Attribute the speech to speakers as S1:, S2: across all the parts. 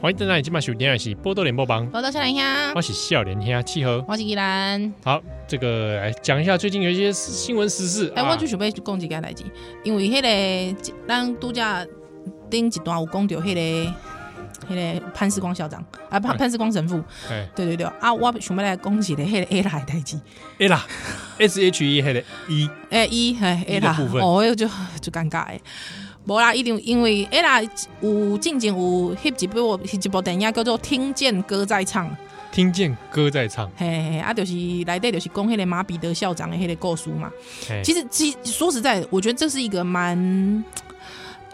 S1: 欢迎大家今晚收听的是《波多联播帮》，
S2: 我到笑脸乡
S1: 我，是笑脸天气候。
S2: 啊我是依兰。
S1: 好，这个来讲一下最近有一些新闻时事。
S2: 哎、
S1: 啊
S2: 我就想要讲一件代志，因为迄、个咱拄则顶一段有讲到迄、个。迄、个潘世光校长啊，潘
S1: 嗯
S2: 潘世光神父，
S1: 哎，
S2: 对对对啊！我想要来讲一个迄个 A 啦的代志，
S1: 哎啦，S H E 还的 E，
S2: 诶，伊嘿 A
S1: 伊的
S2: 啦
S1: 部，分
S2: 哦，那个就就尴尬诶。无啦，一定因为 A 啦有进前有翕一部翕一部电影叫做《听见歌在唱》，
S1: 听见歌在唱。
S2: 嘿嘿嘿，啊，就是内底就是讲迄个马彼得校长的迄个故事嘛。
S1: 哎
S2: 其实，其说实在，我觉得这是一个蛮，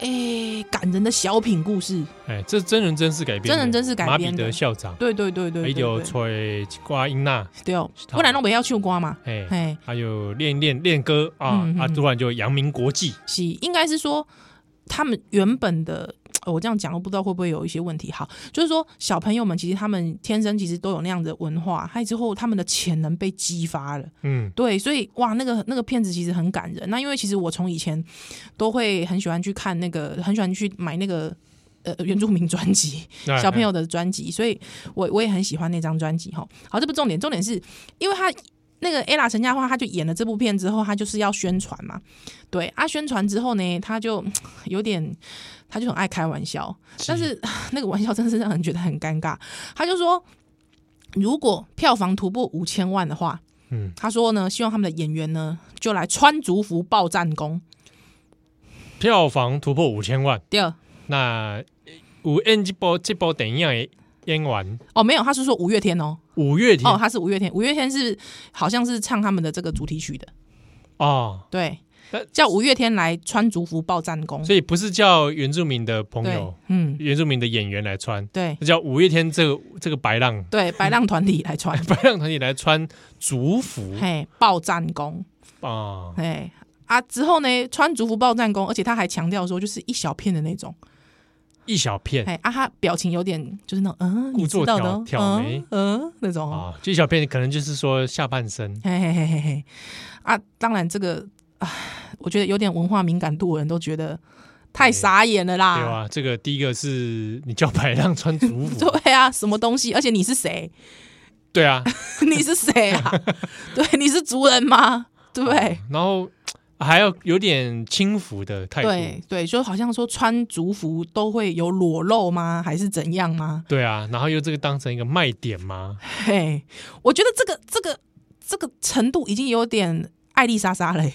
S2: 诶、感人的小品故事。
S1: 哎，这是真人真事改编的，
S2: 真人真事改
S1: 马
S2: 编
S1: 彼
S2: 的
S1: 得校长，
S2: 对对对对
S1: 还
S2: 对
S1: 有
S2: 对
S1: 吹瓜音娜，
S2: 对哦
S1: 是，他
S2: 不然拢袂晓唱歌嘛。
S1: 哎，
S2: 嘿，
S1: 还有练练练歌啊
S2: 嗯嗯
S1: 啊，
S2: 嗯
S1: 突然就扬名国际。
S2: 是应该是说他们原本的。哦我这样讲，我不知道会不会有一些问题。好，就是说小朋友们其实他们天生其实都有那样的文化，还有之后他们的潜能被激发了。
S1: 嗯，
S2: 对，所以哇，那个那个片子其实很感人。那因为其实我从以前都会很喜欢去看那个，很喜欢去买那个呃原住民专辑，
S1: 那
S2: 小朋友的专辑，所以我我也很喜欢那张专辑哈。好，这不重点，重点是因为他那个 ella 陈嘉桦，他就演了这部片之后，他就是要宣传嘛，对啊，宣传之后呢，他就有点，他就很爱开玩笑，但是那个玩笑真的是让人觉得很尴尬。他就说，如果票房突破五千万的话，
S1: 嗯，
S2: 他说呢，希望他们的演员呢就来穿族服报战功。
S1: 票房突破五千万，
S2: 第二，
S1: 那有演这部这部电影的演完
S2: 哦，没有，他是说五月天哦，
S1: 五月天
S2: 哦，他是五月天，五月天是好像是唱他们的这个主题曲的。
S1: 哦，
S2: 对
S1: 但，
S2: 叫五月天来穿族服报战功。
S1: 所以不是叫原住民的朋
S2: 嗯对
S1: 友、，
S2: 嗯，
S1: 原住民的演员来穿，
S2: 对
S1: 那叫五月天这个这个白浪
S2: 对，白浪团体来穿，
S1: 白浪团体来穿族服
S2: 嘿，报战功，
S1: 啊，
S2: 嘿啊，之后呢，穿族服报战功，而且他还强调说，就是一小片的那种，
S1: 一小片
S2: 嘿啊，他表情有点就是那种嗯，
S1: 故
S2: 你
S1: 作
S2: 知道的哦，
S1: 挑挑眉
S2: 嗯嗯那种哦，
S1: 啊，这一小片可能就是说下半身，
S2: 嘿嘿嘿嘿嘿，啊，当然这个啊，我觉得有点文化敏感度的人都觉得太傻眼了
S1: 哎对啊
S2: 啦。
S1: 吧？这个第一个是你叫白浪穿族服，
S2: 对啊，什么东西？而且你是谁？
S1: 对啊，
S2: 你是谁啊？对，你是族人吗？ 对不对？
S1: 啊然后还要有点轻浮的态度
S2: 对。对，就好像说穿族服都会有裸露吗？还是怎样吗？
S1: 对啊，然后又这个当成一个卖点吗？
S2: 嘿，我觉得这个这个这个程度已经有点艾丽莎莎嘞、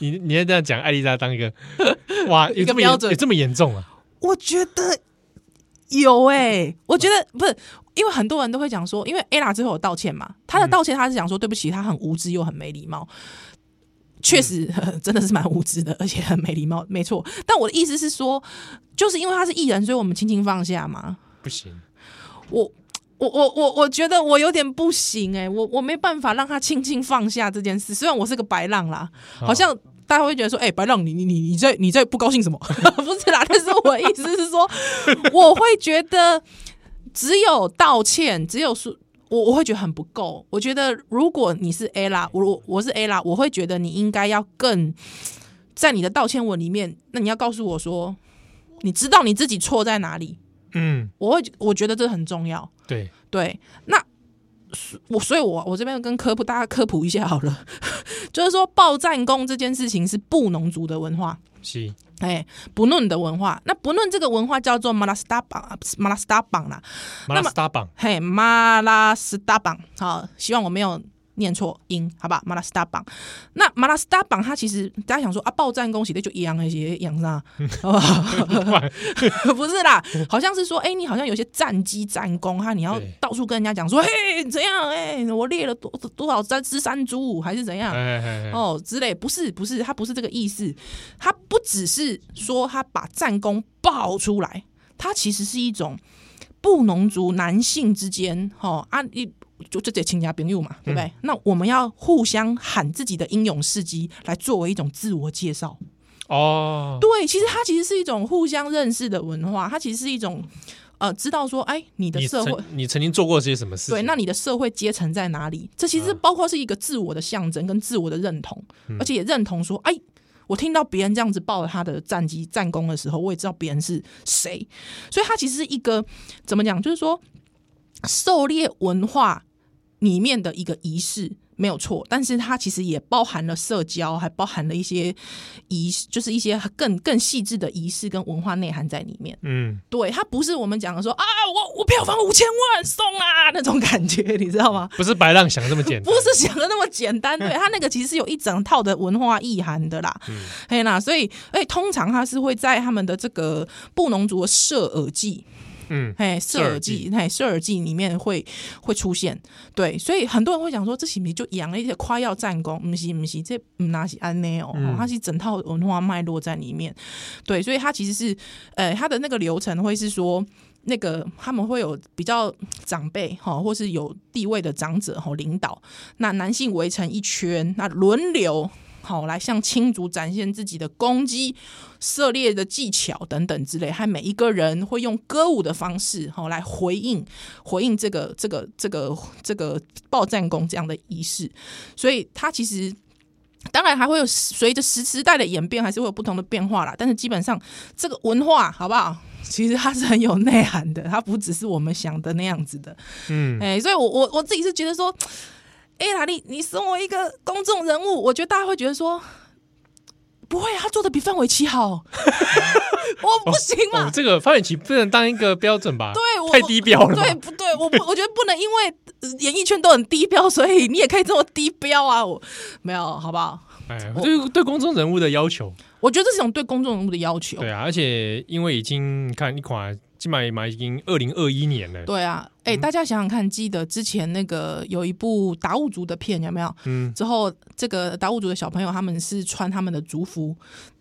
S1: 你你要这样讲，艾丽莎当一 个哇，有
S2: 一个
S1: 这么严
S2: 标准
S1: 有这么严重啊？
S2: 我觉得有哎、我觉得不是，因为很多人都会讲说，因为 ella 最后有道歉嘛，她的道歉她是讲说对不起，她很无知又很没礼貌。确实， 真的是蛮无知的，而且很没礼貌，没错。但我的意思是说，就是因为她是艺人，所以我们轻轻放下嘛。
S1: 不行，
S2: 我我我我我觉得我有点不行哎、我我没办法让他轻轻放下这件事。虽然我是个白浪啦，
S1: 哦
S2: 好像大家会觉得说，哎、白浪你你你你在你在不高兴什么？ 不是啦，但是我的意思是说， 我会觉得只有道歉，只有说。我我会觉得很不够。我觉得如果你是 A 啦，我我我是 A 啦，我会觉得你应该要更在你的道歉文里面，那你要告诉我说，你知道你自己错在哪里。
S1: 嗯，
S2: 我会我觉得这很重要。
S1: 对，
S2: 对，那所我所以我，我这边跟科普大家科普一下好了， 就是说报战功这件事情是布农族的文化，
S1: 是，
S2: 哎，不论的文化。那不论这个文化叫做马拉斯达邦，马拉斯达邦啦，
S1: 马拉斯达榜
S2: 嘿，马拉斯达邦，好，希望我没有念错音，好吧？马拉斯达邦，那马拉斯达邦，它其实大家想说啊，报战功其实就一样那些样啥，好不好 不是啦，好像是说，哎、你好像有些战机战功，哈，你要
S1: 对
S2: 到处跟人家讲说，嘿，怎样？哎、我猎了多多少只只山猪，还是怎样？
S1: 哎哎哎，
S2: 哦，之类不是不是，他不是这个意思，他不只是说他把战功爆出来，他其实是一种布农族男性之间，哦啊一就这得亲家朋友嘛，
S1: 嗯
S2: 对不对？那我们要互相喊自己的英勇事迹，来作为一种自我介绍。
S1: 哦，
S2: 对，其实它其实是一种互相认识的文化，它其实是一种呃，知道说，哎，你的
S1: 你
S2: 社会
S1: 曾你曾经做过些什么事情？
S2: 对，那你的社会阶层在哪里？这其实
S1: 嗯
S2: 包括是一个自我的象征跟自我的认同，而且也认同说，哎，我听到别人这样子报了他的战绩战功的时候，我也知道别人是谁，所以他其实是一个怎么讲，就是说狩猎文化里面的一个仪式。没有错，但是它其实也包含了社交，还包含了一些仪，就是一些更更细致的仪式跟文化内涵在里面。
S1: 嗯，
S2: 对，它不是我们讲的说啊，我我票房五千万送啊那种感觉，你知道吗？
S1: 不是白浪想这么简单，
S2: 不是想的那么简单，对它那个其实是有一整套的文化意涵的啦，嘿啦，所以哎，通常它是会在他们的这个布农族的设耳祭，
S1: 嗯，
S2: 嘿，设耳祭，嘿，设耳祭里面会会出现，对，所以很多人会讲说，这是不是就养了一些夸耀战功？不是，不是，这不那是安内哦，哦它是整套文化脉络在里面，对，所以它其实是，呃，它的那个流程会是说。那个他们会有比较长辈哈，或是有地位的长者哈领导，那男性围成一圈，那轮流好来向青族展现自己的攻击、涉猎的技巧等等之类，还每一个人会用歌舞的方式好来回应回应这个这个这个这个报战功这样的仪式，所以它其实。当然还会有随着时时代的演变，还是会有不同的变化啦。但是基本上这个文化好不好， 其实它是很有内涵的，它不只是我们想的那样子的。
S1: 嗯，
S2: 哎、所以我我我自己是觉得说，哎、啦，你你身为一个公众人物，我觉得大家会觉得说，不会啊，他做的比范玮琪好，我不行嘛，
S1: 哦，这个范玮琪不能当一个标准吧？
S2: 对我
S1: 太低标了吧，
S2: 对不对？我不，我觉得不能因为呃演艺圈都很低标，所以你也可以这么低标啊！我没有，好不好？
S1: 哎，对对，公众人物的要求，
S2: 我觉得这是一种对公众人物的要求。
S1: 对啊，而且因为已经你看一款，起码嘛已经二零二一年了，
S2: 对啊，
S1: 嗯
S2: 哎、大家想想看，记得之前那个有一部达悟族的片有没有？
S1: 嗯，
S2: 之后这个达悟族的小朋友他们是穿他们的族服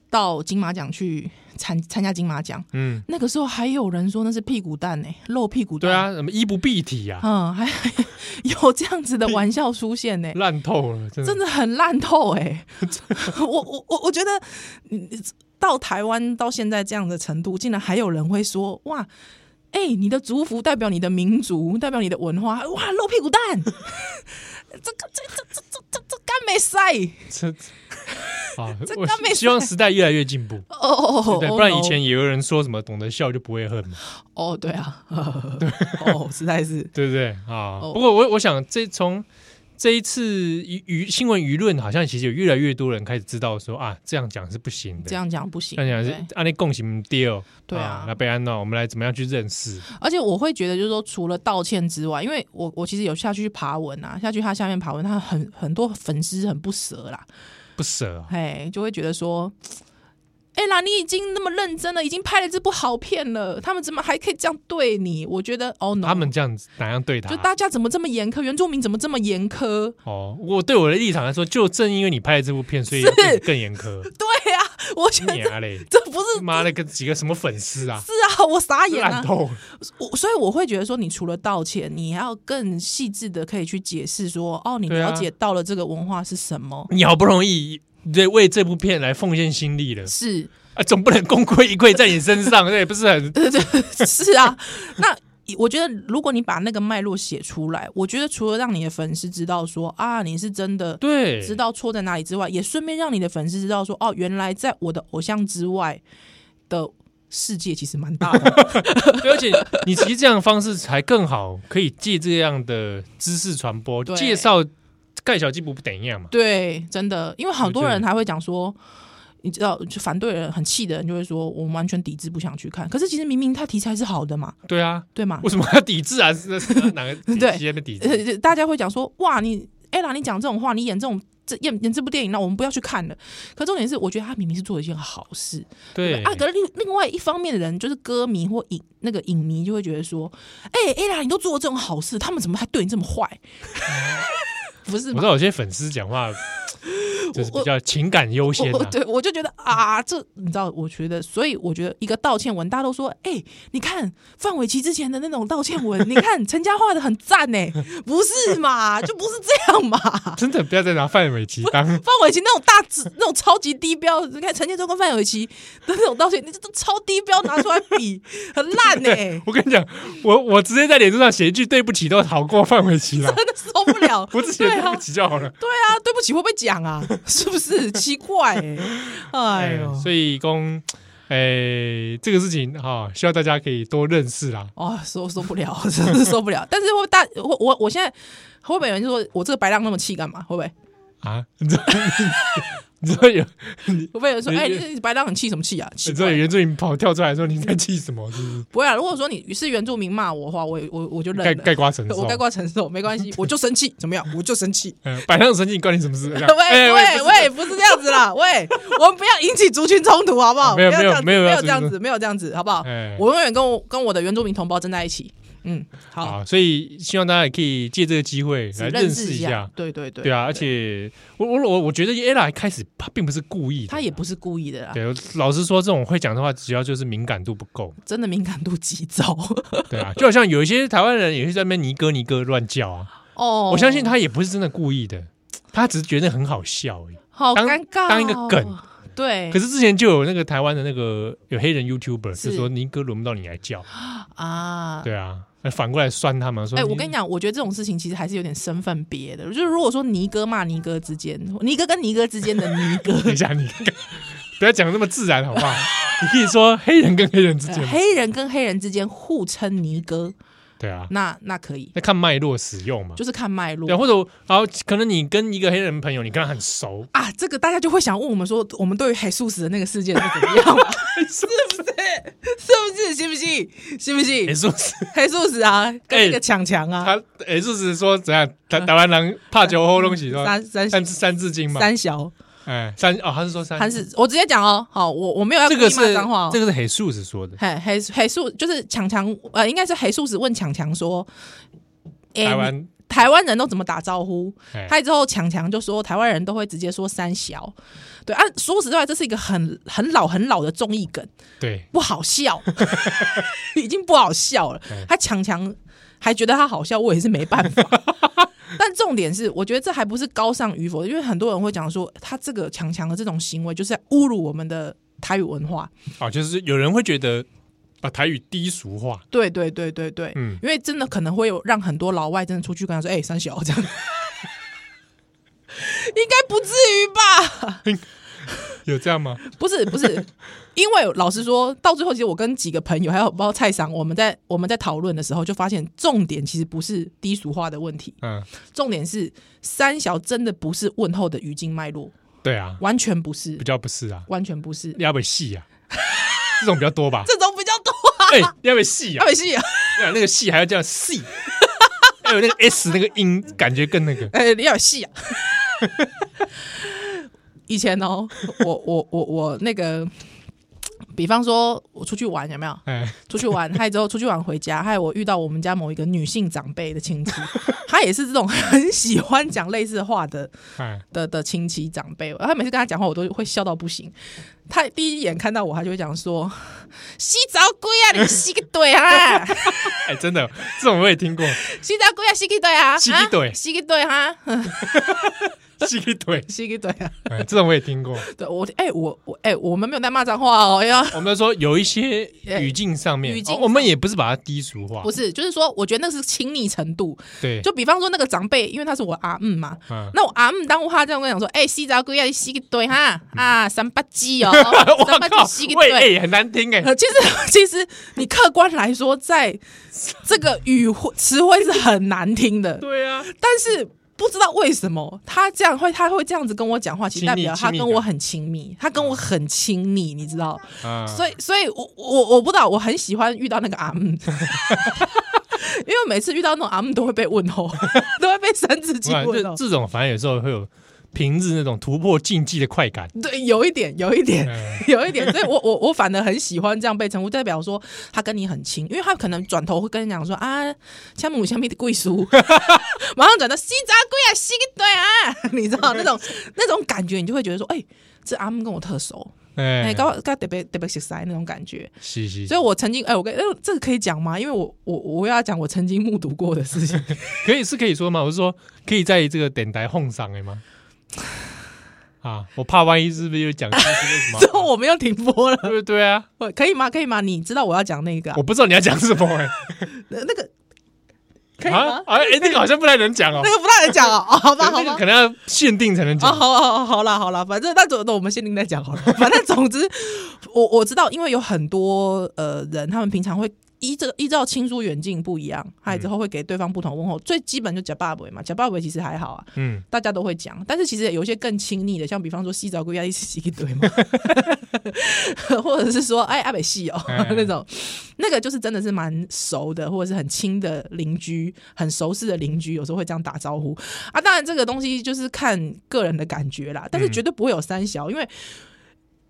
S2: 到金马奖去参参加金马奖，
S1: 嗯，
S2: 那个时候还有人说那是屁股蛋呢、欸露屁股蛋。
S1: 对，啊，什么衣不蔽体啊，
S2: 嗯，还 有这样子的玩笑出现 欸呢、
S1: 烂透了，真的
S2: 真，的很烂透哎、 我我我我觉得嗯到台湾到现在这样的程度，竟然还有人会说哇。哎、你的族服代表你的民族，代表你的文化，哇，露屁股蛋， 这个这这这这这这干没塞，
S1: 这啊，
S2: 这
S1: 我
S2: 刚没
S1: 希望时代越来越进步，
S2: 哦哦哦，
S1: 对，不然以前也有人说什么懂得笑就不会恨嘛，
S2: 哦，对啊，对， 哦，实在是
S1: 对不对啊？
S2: 哦
S1: 不过我我想这从这一次舆舆新闻舆论，好像其实有越来越多人开始知道说啊，这样讲是不行的，
S2: 这样讲不行，
S1: 这样讲
S2: 对
S1: 是按那共行第二，
S2: 对啊
S1: 哦那被安娜，我们来怎么样去认识？
S2: 而且我会觉得，就是说，除了道歉之外，因为我我其实有下去爬文啊，下去他下面爬文，他很很多粉丝很不舍啦，
S1: 不舍啊，
S2: 哎，就会觉得说，哎啦，你已经那么认真了，已经拍了这部好片了，他们怎么还可以这样对你？我觉得哦，no，
S1: 他们这样子哪样对他
S2: 就？大家怎么这么严苛，原住民怎么这么严苛？
S1: 哦，我对我的立场来说，就正因为你拍了这部片，所以
S2: 是
S1: 更更严苛。
S2: 对啊，我觉得
S1: 你啊嘞，
S2: 这不是
S1: 妈的，跟几个什么粉丝啊，
S2: 是啊，我傻眼
S1: 烂
S2: 啊。
S1: 透了。
S2: 我所以我会觉得说，你除了道歉，你还要更细致的可以去解释说，哦，你
S1: 对啊
S2: 了解到了这个文化是什么。
S1: 你好不容易对为这部片来奉献心力了
S2: 是，
S1: 啊，总不能功亏一篑在你身上，这也不是很
S2: 对对，是啊。那我觉得，如果你把那个脉络写出来，我觉得除了让你的粉丝知道说啊，你是真的
S1: 对。
S2: 知道错在哪里之外，也顺便让你的粉丝知道说，哦，原来在我的偶像之外的世界其实蛮大 的。
S1: 对而且你其实这样的方式才更好，可以借这样的知识传播
S2: 对
S1: 介绍盖小鸡不等一样嘛。
S2: 对，真的，因为好多
S1: 对
S2: 人还会讲说。你知道，就反对人很气的人就会说，我们完全抵制，不想去看。可是其实明明他题材是好的嘛，
S1: 对啊，
S2: 对吗？
S1: 为什么要抵制啊？是是哪个
S2: 对
S1: 谁的抵制？
S2: 呃，大家会讲说，哇，你艾拉，你讲这种话，你演这种这演演这部电影，那我们不要去看了。可重点是，我觉得他明明是做了一件好事，
S1: 对
S2: 啊。可是另另外一方面的人，就是歌迷或影那个影迷，就会觉得说，哎、艾拉，你都做了这种好事，他们怎么还对你这么坏？ 不是
S1: 我
S2: 吗
S1: 知？道有些粉丝讲话就是比较情感优先
S2: 我我
S1: 啊，
S2: 对我就觉得啊，这你知道，我觉得，所以我觉得一个道歉文，大家都说，哎、你看范玮琪之前的那种道歉文，你看陈嘉桦的很赞呢、不是嘛？就不是这样嘛？
S1: 真的不要再拿范玮琪 当
S2: 范玮琪那种大字、那种超级低标，你看陈建州跟范玮琪的那种道歉，你这都超低标拿出来比，很烂呢、
S1: 我跟你讲，我我直接在脸书上写一句对不起都好过范玮琪了，
S2: 真的受不了。
S1: 我只写
S2: 对
S1: 对
S2: 啊
S1: 不，起就好了。
S2: 对啊，对不起会不会讲啊？是不是奇怪、欸？哎呦，
S1: 所以公，哎，这个事情哈、希望大家可以多认识啦。
S2: 啊、受受不了，真是受不了。但是我大我我我现在会不会有人就说我这个白浪那么气干嘛？会不会
S1: 啊， 你知道，你知道有，
S2: 会不会有人说
S1: 你
S2: 哎、你白浪很气什么气啊？ 奇
S1: 你知道有
S2: 怪
S1: 原住民跑跳出来说你在气什么？是不是？
S2: 不会啊。如果说你是原住民骂我的话，我也我我就认
S1: 盖
S2: 了，
S1: 盖瓜承受，
S2: 我该挂承受没关系，我就生气，怎么样？我就生气。
S1: 嗯，摆上神经关你什么事？这样
S2: 喂
S1: 哎
S2: 喂
S1: 不是
S2: 喂，不是这样子啦，喂，我们不要引起族群冲突，好不好？
S1: 没有
S2: 不要这样子
S1: 没有没
S2: 没
S1: 有
S2: 有这样子，没有这样子，好不好？
S1: 哎
S2: 我永远跟我跟我的原住民同胞站在一起。嗯，好，
S1: 好，所以希望大家也可以借这个机会来认识
S2: 一
S1: 一下。，
S2: 对对对，
S1: 对啊，而且我我我我觉得 ella 一开始她并不是故意的，
S2: 他也啊不是故意的啦，
S1: 对，老实说，这种会讲的话，只要就是敏感度不够，
S2: 真的敏感度极 高
S1: 对啊，就好像有一些台湾人也是在那边尼哥尼哥乱叫啊，
S2: 哦。
S1: 我相信他也不是真的故意的，他只是觉得很好笑而已。
S2: 好
S1: 当
S2: 尴尬哦，
S1: 当一个梗
S2: 对，
S1: 可是之前就有那个台湾的那个有黑人 YouTuber
S2: 哎是
S1: 就说尼哥轮不到你来叫，
S2: 啊，
S1: 对啊，那反过来酸他们说，
S2: 哎、我跟你讲，我觉得这种事情其实还是有点身份别的。就是如果说尼哥骂尼哥之间，尼哥跟尼哥之间的尼
S1: ，
S2: 哥
S1: 等一下你不要讲得那么自然好不好？你可以说黑人跟黑人之间
S2: 呃，黑人跟黑人之间互称尼哥，
S1: 对啊，
S2: 那那可以，
S1: 那看脉络使用嘛，
S2: 就是看脉
S1: 对啊，
S2: 络
S1: 或者然后可能你跟一个黑人朋友，你跟他很 熟，
S2: 啊。这个大家就会想问我们说，我们对于海素死的那个事件是怎么样、啊？ 是不是？是不是？信不信？信不
S1: 也
S2: 信？
S1: 是不哎是？
S2: 黑素死啊，跟那
S1: 哎
S2: 个抢强啊，
S1: 他诶，就是说怎样台台湾人怕酒后东西说
S2: 三三
S1: 三三字经嘛，
S2: 三小
S1: 哎三哦，他是说三，
S2: 还是我直接讲哦。好，我我没有要
S1: 这个
S2: 故意骂
S1: 是
S2: 脏话、哦，
S1: 这个是黑素子说的，
S2: 嘿，黑黑素就是强强，呃，应该是黑素子问强强说，诶
S1: 台
S2: 哎你
S1: 湾
S2: 台湾人都怎么打招呼？
S1: 哎
S2: 他之后强强就说，台湾人都会直接说三小。对啊，说实在，这是一个很很老很老的综艺梗，
S1: 对
S2: 不好笑， 已经不好笑了
S1: 哎。
S2: 他强强还觉得他好笑，我也是没办法。 但重点是，我觉得这还不是高尚与否，因为很多人会讲说，他这个强强的这种行为就是在侮辱我们的台语文化。
S1: 哦，就是有人会觉得把台语低俗化，
S2: 对对对对对，
S1: 嗯，
S2: 因为真的可能会有让很多老外真的出去跟他说：“哎、三小这样。”应该不至于吧？
S1: 有这样吗？
S2: 不是不是，因为老实说，到最后其实我跟几个朋友还有包括蔡商，我们在我们在讨论的时候就发现，重点其实不是低俗化的问题，
S1: 嗯，
S2: 重点是三小真的不是问候的语境脉络，
S1: 对啊，
S2: 完全不是
S1: 比，较不是啊，
S2: 完全不是，
S1: 要不戏啊，这种比较多吧？
S2: 这种比较多。
S1: 哎，要不戏啊
S2: 阿，美西，
S1: 对啊那个戏还要这样戏，还有那个 S 那个音，感觉更那个，
S2: 哎、你要有戏啊！ 以前哦，我我我我那个，比方说我出去玩有没有？
S1: 哎，
S2: 出去玩，嗨之后出去玩回家，嗨我遇到我们家某一个女性长辈的亲戚， 她也是这种很喜欢讲类似话的
S1: 哎，
S2: 的的亲戚长辈，她每次跟她讲话我都会笑到不行。她第一眼看到我，她就会讲说：“ 洗澡鬼啊，你洗个对啊！”
S1: 哎，真的，这种我也听过，
S2: 洗澡鬼啊，洗个对啊！
S1: 洗去对
S2: 啊 洗个对哈，
S1: 戏一腿，
S2: 洗个对啊！
S1: 哎，这种我也听过。
S2: 对我，哎、我我哎、我们没有在骂脏话哦，哎呀，
S1: 我们说有一些语境上面，
S2: 哎语境
S1: 哦我们也不是把它低俗化
S2: 不，是，就是说，我觉得那是亲昵程度。
S1: 对，
S2: 就比方说那个长辈，因为他是我阿姆嘛，
S1: 嗯，，
S2: 那我阿姆当话这样跟我讲说，哎、洗澡鬼要洗个对哈啊，三八鸡哦三
S1: 嗯 我
S2: 八
S1: 靠
S2: 鸡洗，个
S1: 喂，
S2: 对。
S1: 哎，很难听哎，
S2: 呃，其实其实你客观来说，在这个语汇词汇是很难听的，
S1: 对 啊，
S2: 但是不知道为什么他这样会，他会这样子跟我讲话，其实
S1: 亲
S2: 代
S1: 密
S2: 表
S1: 亲
S2: 他
S1: 密
S2: 跟
S1: 感
S2: 我很亲密，他跟我很亲昵，你知道？
S1: 啊，
S2: 所以，所以我我我不知道，我很喜欢遇到那个阿姆， 因为每次遇到那种阿姆都会被问候， 都会被三字经
S1: 哇
S2: 问
S1: 这
S2: 候。
S1: 这种反正有时候会有平日那种突破禁忌的快 感，
S2: 对，有一点，有一点，
S1: 嗯，
S2: 有一点，所以我我我反而很喜欢这样被称呼，代表说他跟你很亲，因为他可能转头会跟你讲说啊，像母像咪的贵叔， 马上转到西扎贵啊，西个对啊， 你知道那种那种感觉，你就会觉得说，哎、这阿姆跟我特熟，哎、
S1: 哎，
S2: 跟我跟我特别特别熟悉那种感觉。
S1: 是是，
S2: 所以我曾经，哎、我跟，哎、这个可以讲吗？因为我我我要讲我曾经目睹过的事情。
S1: 可以是可以说吗？我是说可以在这个电台哄上哎 吗？啊，我怕万一是不是又讲 出什
S2: 之后
S1: 么？
S2: 我们又停播了，
S1: 对不对 啊？
S2: 我可以吗？可以吗？你知道我要讲那个啊、
S1: 我不知道你要讲什么哎，
S2: 那那个可以
S1: 啊
S2: 吗？
S1: 啊！哎，那个好像不太能讲哦
S2: 那，个不让人讲啊，哦好吧，好
S1: 那
S2: 吧
S1: 个，可能要限定才能
S2: 啊，
S1: 讲。
S2: 好好好啦，好啦，反正那总那我们限定再讲好了。反正总之，我我知道，因为有很多呃人，他们平常会依这个依照亲疏远近不一样，还有之后会给对方不同问候。最基本就假爸尾嘛，假爸尾其实还好啊，
S1: 嗯，
S2: 大家都会讲。但是其实有一些更亲昵的，像比方说洗澡龟要一起洗一堆 嘛，或者是说哎阿北戏哦
S1: 哎
S2: 那种，那个就是真的是蛮熟的，或者是很亲的邻居，很熟识的邻居，有时候会这样打招呼啊。当然这个东西就是看个人的感觉啦，但
S1: 嗯
S2: 是绝对不会有三小，因为。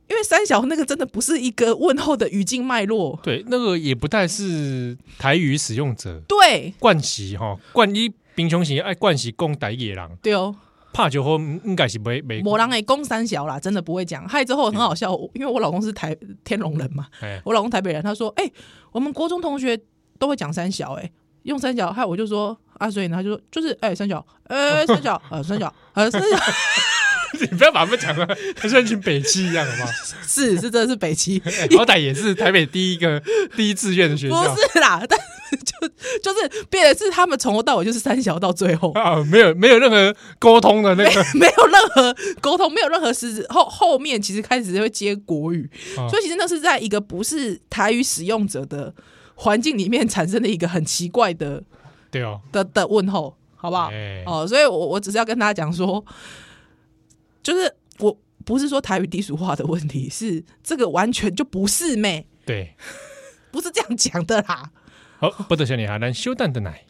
S2: 因为三小那个真的不是一个问候的语境脉络，
S1: 对，那个也不太是台语使用者
S2: 对
S1: 惯习哈，惯一贫穷型爱惯习讲台语的人，
S2: 对哦，
S1: 怕酒后应该是没没
S2: 某人哎公三小啦，真的不会讲。害之后很好笑，我因为我老公是台天龙人嘛，
S1: 哎
S2: 我老公台北人，他说：“哎、我们国中同学都会讲三小、哎，用三小。”害我就说：“啊，所以呢，他就说就是哎、三小，呃、三小，呃三小，呃三小，
S1: 你不要把他们讲的好像一群北七一样， 好不好？
S2: 是是真的是北齐，
S1: 哎好歹也是台北第一个第一志愿的学
S2: 不
S1: 校
S2: 是啦，但是就就是变的是他们从头到尾就是三小到最 后。”
S1: 啊，没有没有任何沟通的那
S2: 没
S1: 个，
S2: 没有任何沟通，没有任何实质后后面其实开始会接国语，
S1: 哦
S2: 所以其实那是在一个不是台语使用者的环境里面产生的一个很奇怪的
S1: 对哦，
S2: 的的问候，好不好？
S1: 哎
S2: 哦，所以我我只是要跟大家讲说，就是我不是说台语低俗化的问题，是这个完全就不是妹，
S1: 对，
S2: 不是这样讲的啦。
S1: 好，不得小你哈，咱休蛋的奶。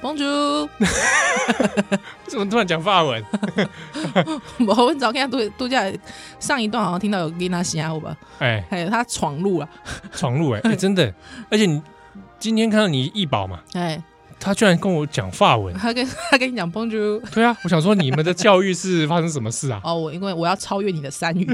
S2: 公主，
S1: 怎么突然讲法文？
S2: 我问早看度度假上一段好像听到有丽娜西亚吧，
S1: 哎，
S2: 还有她闯入了，
S1: 闯入 哎、哎真的，而且你今天看到你易宝嘛，
S2: 哎，
S1: 他居然跟我讲法文。
S2: 她跟她跟你讲公主，
S1: 对啊，我想说你们的教育是发生什么事啊？
S2: 哦，我因为我要超越你的 三语。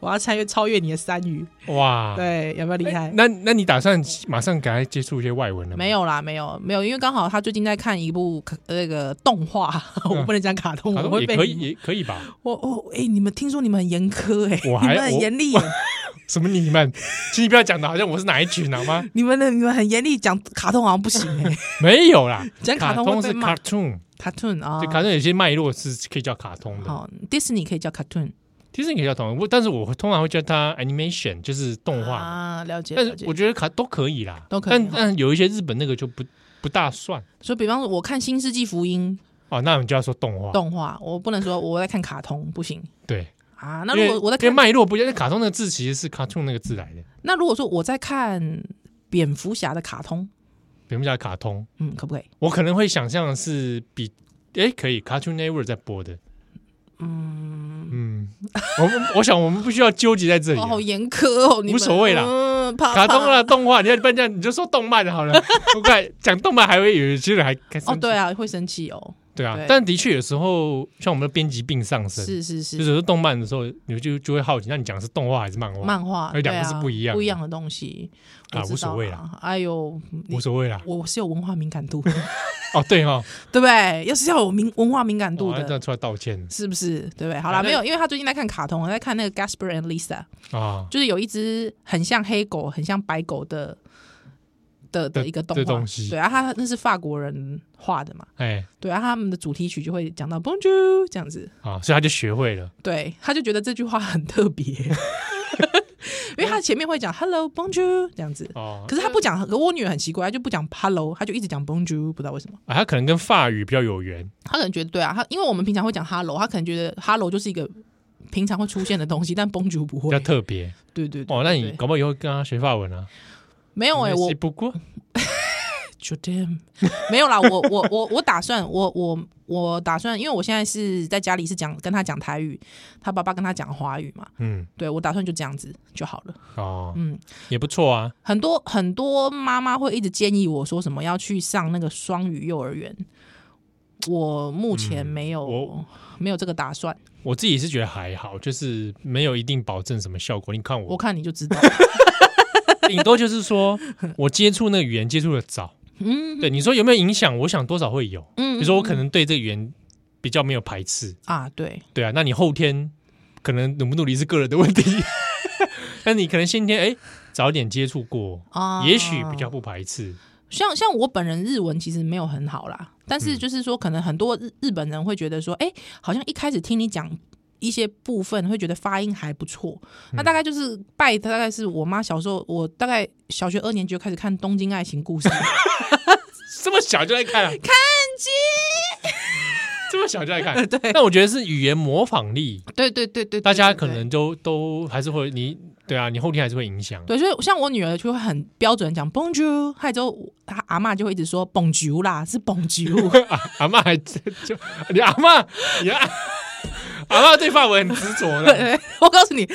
S2: 我要超越超越你的三语，
S1: 哇，
S2: 对，有没有厉害？
S1: 那那你打算马上赶快接触一些外文了吗？
S2: 没有啦，没有没有，因为刚好他最近在看一部卡那个动画， 我不能讲卡通，
S1: 好
S2: 我
S1: 像嗯
S2: 会
S1: 也
S2: 被
S1: 可以，也可以吧？
S2: 我我哎，你们听说你们很严苛哎、
S1: 我
S2: 你
S1: 还
S2: 们很
S1: 我
S2: 严厉
S1: 我
S2: 耶，
S1: 什么你们？ 请你不要讲的好像我是哪一群好 吗？
S2: 你们的你们很严厉，讲卡通好像不行 哎、
S1: 没有啦，
S2: 讲卡
S1: 卡
S2: 通会
S1: 是
S2: 被骂。
S1: cartoon，
S2: 卡通啊
S1: 就，卡通有些脉络是可以叫卡通的，
S2: 好，Disney 哦可以叫卡通
S1: 其实你可以叫卡通，我但是我会通常会叫它 animation，就是动画。
S2: 啊，了解
S1: 但
S2: 了
S1: 是
S2: 解
S1: 我。觉得卡都可以啦，
S2: 都可以哦
S1: 但
S2: 哈
S1: 但有一些日本那个就不不大算
S2: 所以，比方说，我看《新世纪福音
S1: 哦，那我们就要说动画》。
S2: 动画，我不能说我在看卡通，不行
S1: 对，
S2: 啊。那
S1: 因
S2: 如
S1: 为
S2: 果我在
S1: 因为
S2: 看，
S1: 脉络不一样，那卡通那个字其实是 cartoon 那个字来的，
S2: 那如果说我在看蝙蝠侠的卡通，
S1: 蝙蝠侠卡通，
S2: 嗯，可不可以？
S1: 我可能会想象是比哎可以 Cartoon Network 在播的，嗯 嗯，我们我想我们不需要纠结在这里
S2: 哦，
S1: 啊、
S2: 好严苛哦，你们
S1: 无所谓啦
S2: 嗯，怕
S1: 卡通啊
S2: 怕
S1: 啦，动画，你要不然这样你就说动漫好 了。我看讲动漫还会有些人还开始
S2: 哦，对啊，会生气哦，
S1: 对啊
S2: 对，
S1: 但的确有时候像我们的编辑病上升，
S2: 是是
S1: 就是有
S2: 是，
S1: 时候动漫的时候，你就就会好奇，那你讲的是动画还是漫画？
S2: 漫画
S1: 哎两个
S2: 对啊
S1: 是不一样的
S2: 不一样的东西
S1: 啊
S2: 我知道
S1: 无所谓
S2: 啦。哎呦，你
S1: 无所谓啦。
S2: 我是有文化敏感度，对
S1: 哦，对哦，
S2: 不 对？要是要有敏文化敏感度
S1: 我哦这
S2: 的
S1: 样。出来道歉
S2: 是不是对不对？好啦，
S1: 反正
S2: 没有，因为他最近在看卡通，在看那个 Gasper and Lisa，
S1: 啊
S2: 就是有一只很像黑狗、很像白狗的的的
S1: 的
S2: 一个动
S1: 的
S2: 画
S1: 东西
S2: 对啊，他那是法国人画的嘛，
S1: 哎
S2: 对啊，他们的主题曲就会讲到 Bonjour 这样子，
S1: 啊，所以他就学会了。
S2: 对，他就觉得这句话很特 别，因为他前面会讲 “hello bonjour” 这样子，
S1: 哦，
S2: 可是他不讲。可我女儿很奇怪，她就不讲 “hello”，她就一直讲 “bonjour”，不知道为什么。
S1: 啊，他可能跟法语比较有缘，
S2: 她可能觉得对啊，她因为我们平常会讲 “hello”，她可能觉得 “hello” 就是一个平常会出现的东西，但 “bonjour” 不
S1: 比
S2: 会
S1: 较。特别。
S2: 对对对欸
S1: 哦，那你
S2: 对
S1: 搞不好以后跟他学法文啊？
S2: 没有哎、
S1: 没
S2: 我
S1: 事不过
S2: 就 damn，没 有啦，我我我我打算，我我我打算，因为我现在是在家里是讲跟他讲台语，他爸爸跟他讲华语嘛，
S1: 嗯，
S2: 对我打算就这样子就好了。
S1: 哦，
S2: 嗯，
S1: 也不错啊，
S2: 很多很多妈妈会一直建议我说什么要去上那个双语幼儿园，我目前没有、
S1: 嗯我
S2: 没有这个打算，
S1: 我自己是觉得还好，就是没有一定保证什么效果。你看
S2: 我
S1: 我，
S2: 看你就 知道。
S1: 顶多就是说我接触那个语言接触的早，
S2: 嗯
S1: 对你说有没有影响？我想多少会有。
S2: 嗯，
S1: 比如说我
S2: 嗯
S1: 可能对这个语言比较没有排斥，
S2: 啊，对，
S1: 对啊，那你后天可能努不努力是个人的问题， 那你可能先天哎早点接触过，
S2: 啊，
S1: 也许比较不排斥。
S2: 像像我本人日文其实没有很好啦，但
S1: 嗯
S2: 是就是说，可能很多日日本人会觉得说，哎、好像一开始听你讲一些部分，会觉得发音还不错。
S1: 嗯
S2: 那大概就是拜，大概是我妈小时候，我大概小学二年级就开始看《东京爱情故事》，
S1: 这么小就在看、啊，看
S2: 机，
S1: 这么小就在看，
S2: 对
S1: 但我觉得是语言模仿力，
S2: 对对对对，
S1: 大家
S2: 对
S1: 可能都都还是会你对啊，你后天还是会影响。
S2: 对，所以像我女儿就会很标准地讲 Bonjour，还有之后她阿嬷就会一直说 Bonjour 啦，是 Bonjour。
S1: 啊、阿妈还就你阿妈，你阿阿妈对法文很执着 的，
S2: 对，我告诉你，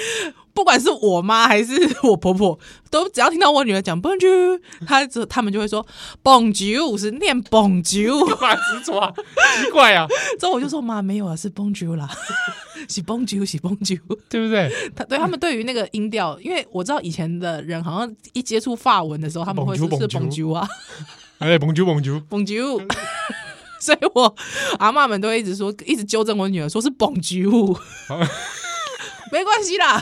S2: 不管是我妈还是我婆婆，都只要听到我女儿讲 Bonjour，她就他们就会说 Bonjour 是念 Bonjour，
S1: 法执着啊，奇怪啊，
S2: 之后我就说妈没有啊，是 Bonjour 啦， 是 Bonjour 是 Bonjour。
S1: 对不对？
S2: 他对他们对于那个音调，因为我知道以前的人好像一接触法文的时候，他们会说是
S1: Bonjour，Bonjour
S2: Bonjour 啊
S1: 哎，蹦啾蹦啾，
S2: ，Bonjour。所以我阿嬷们都会一直说，一直纠正我女儿说是 Bonjour，没关系啦，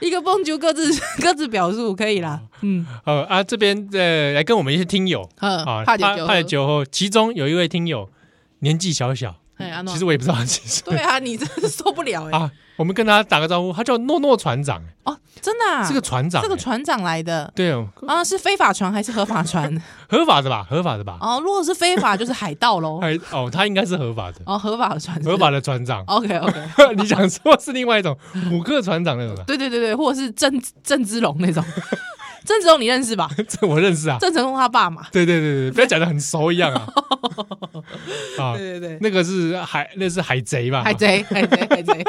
S2: 一个 Bonjour 各自各自表述可以啦，嗯。
S1: 呃啊，这边呃来跟我们一些听友
S2: 嗯，
S1: 啊，
S2: 怕点
S1: 怕
S2: 酒，
S1: 怕酒后，其中有一位听友年纪小小，
S2: 哎，安诺，
S1: 其实我也不知道他几岁
S2: 对啊，你真是受不了哎！
S1: 啊。我们跟他打个招呼，他叫诺诺船长，
S2: 哦，真的啊，
S1: 是个船长，
S2: 这个
S1: 哎
S2: 船长来的
S1: 对哦，
S2: 啊，是非法船还是合 法船？
S1: 合法的吧，合法的吧，
S2: 哦，如果是非法就是海盗喽。
S1: 哎哦，他应该是合法的，
S2: 哦，合法的船，
S1: 合法。的船长。
S2: OK OK，
S1: 你想说是另外一 种虎克船长那种的？
S2: 对对对对，或者是郑郑芝龙那种，郑芝龙你认识吧？
S1: 这我认识啊。
S2: 郑成功他爸嘛。
S1: 对对对对，不要讲的很熟一样 啊。啊，
S2: 对对对，
S1: 那个是海，那是海贼吧？
S2: 海。贼海贼海 贼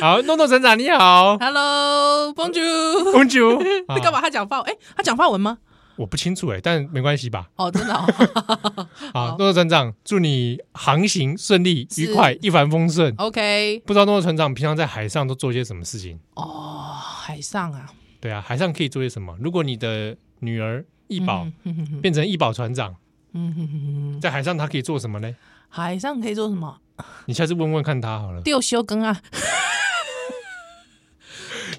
S1: 好，诺诺船长你好，
S2: ，Hello，Bonjour。
S1: 公 主。
S2: 你干嘛？他讲法文？哎，他讲法文吗？
S1: 我不清楚哎，但没关系吧？
S2: 哦，真 的哦，
S1: 啊，诺诺船长，祝你航行顺利、
S2: 是
S1: 愉快、一帆风顺。
S2: OK，
S1: 不知道诺诺船长平常在海上都做些什么事情？
S2: 哦，海上啊，
S1: 对啊，海上可以做些什么？如果你的女儿易宝
S2: 嗯，嗯嗯嗯
S1: 变成易宝船长，
S2: 嗯哼哼哼，
S1: 在海上她可以做什么呢？
S2: 海上可以做什么？
S1: 你下次问问看她好 了。
S2: 丢修更啊，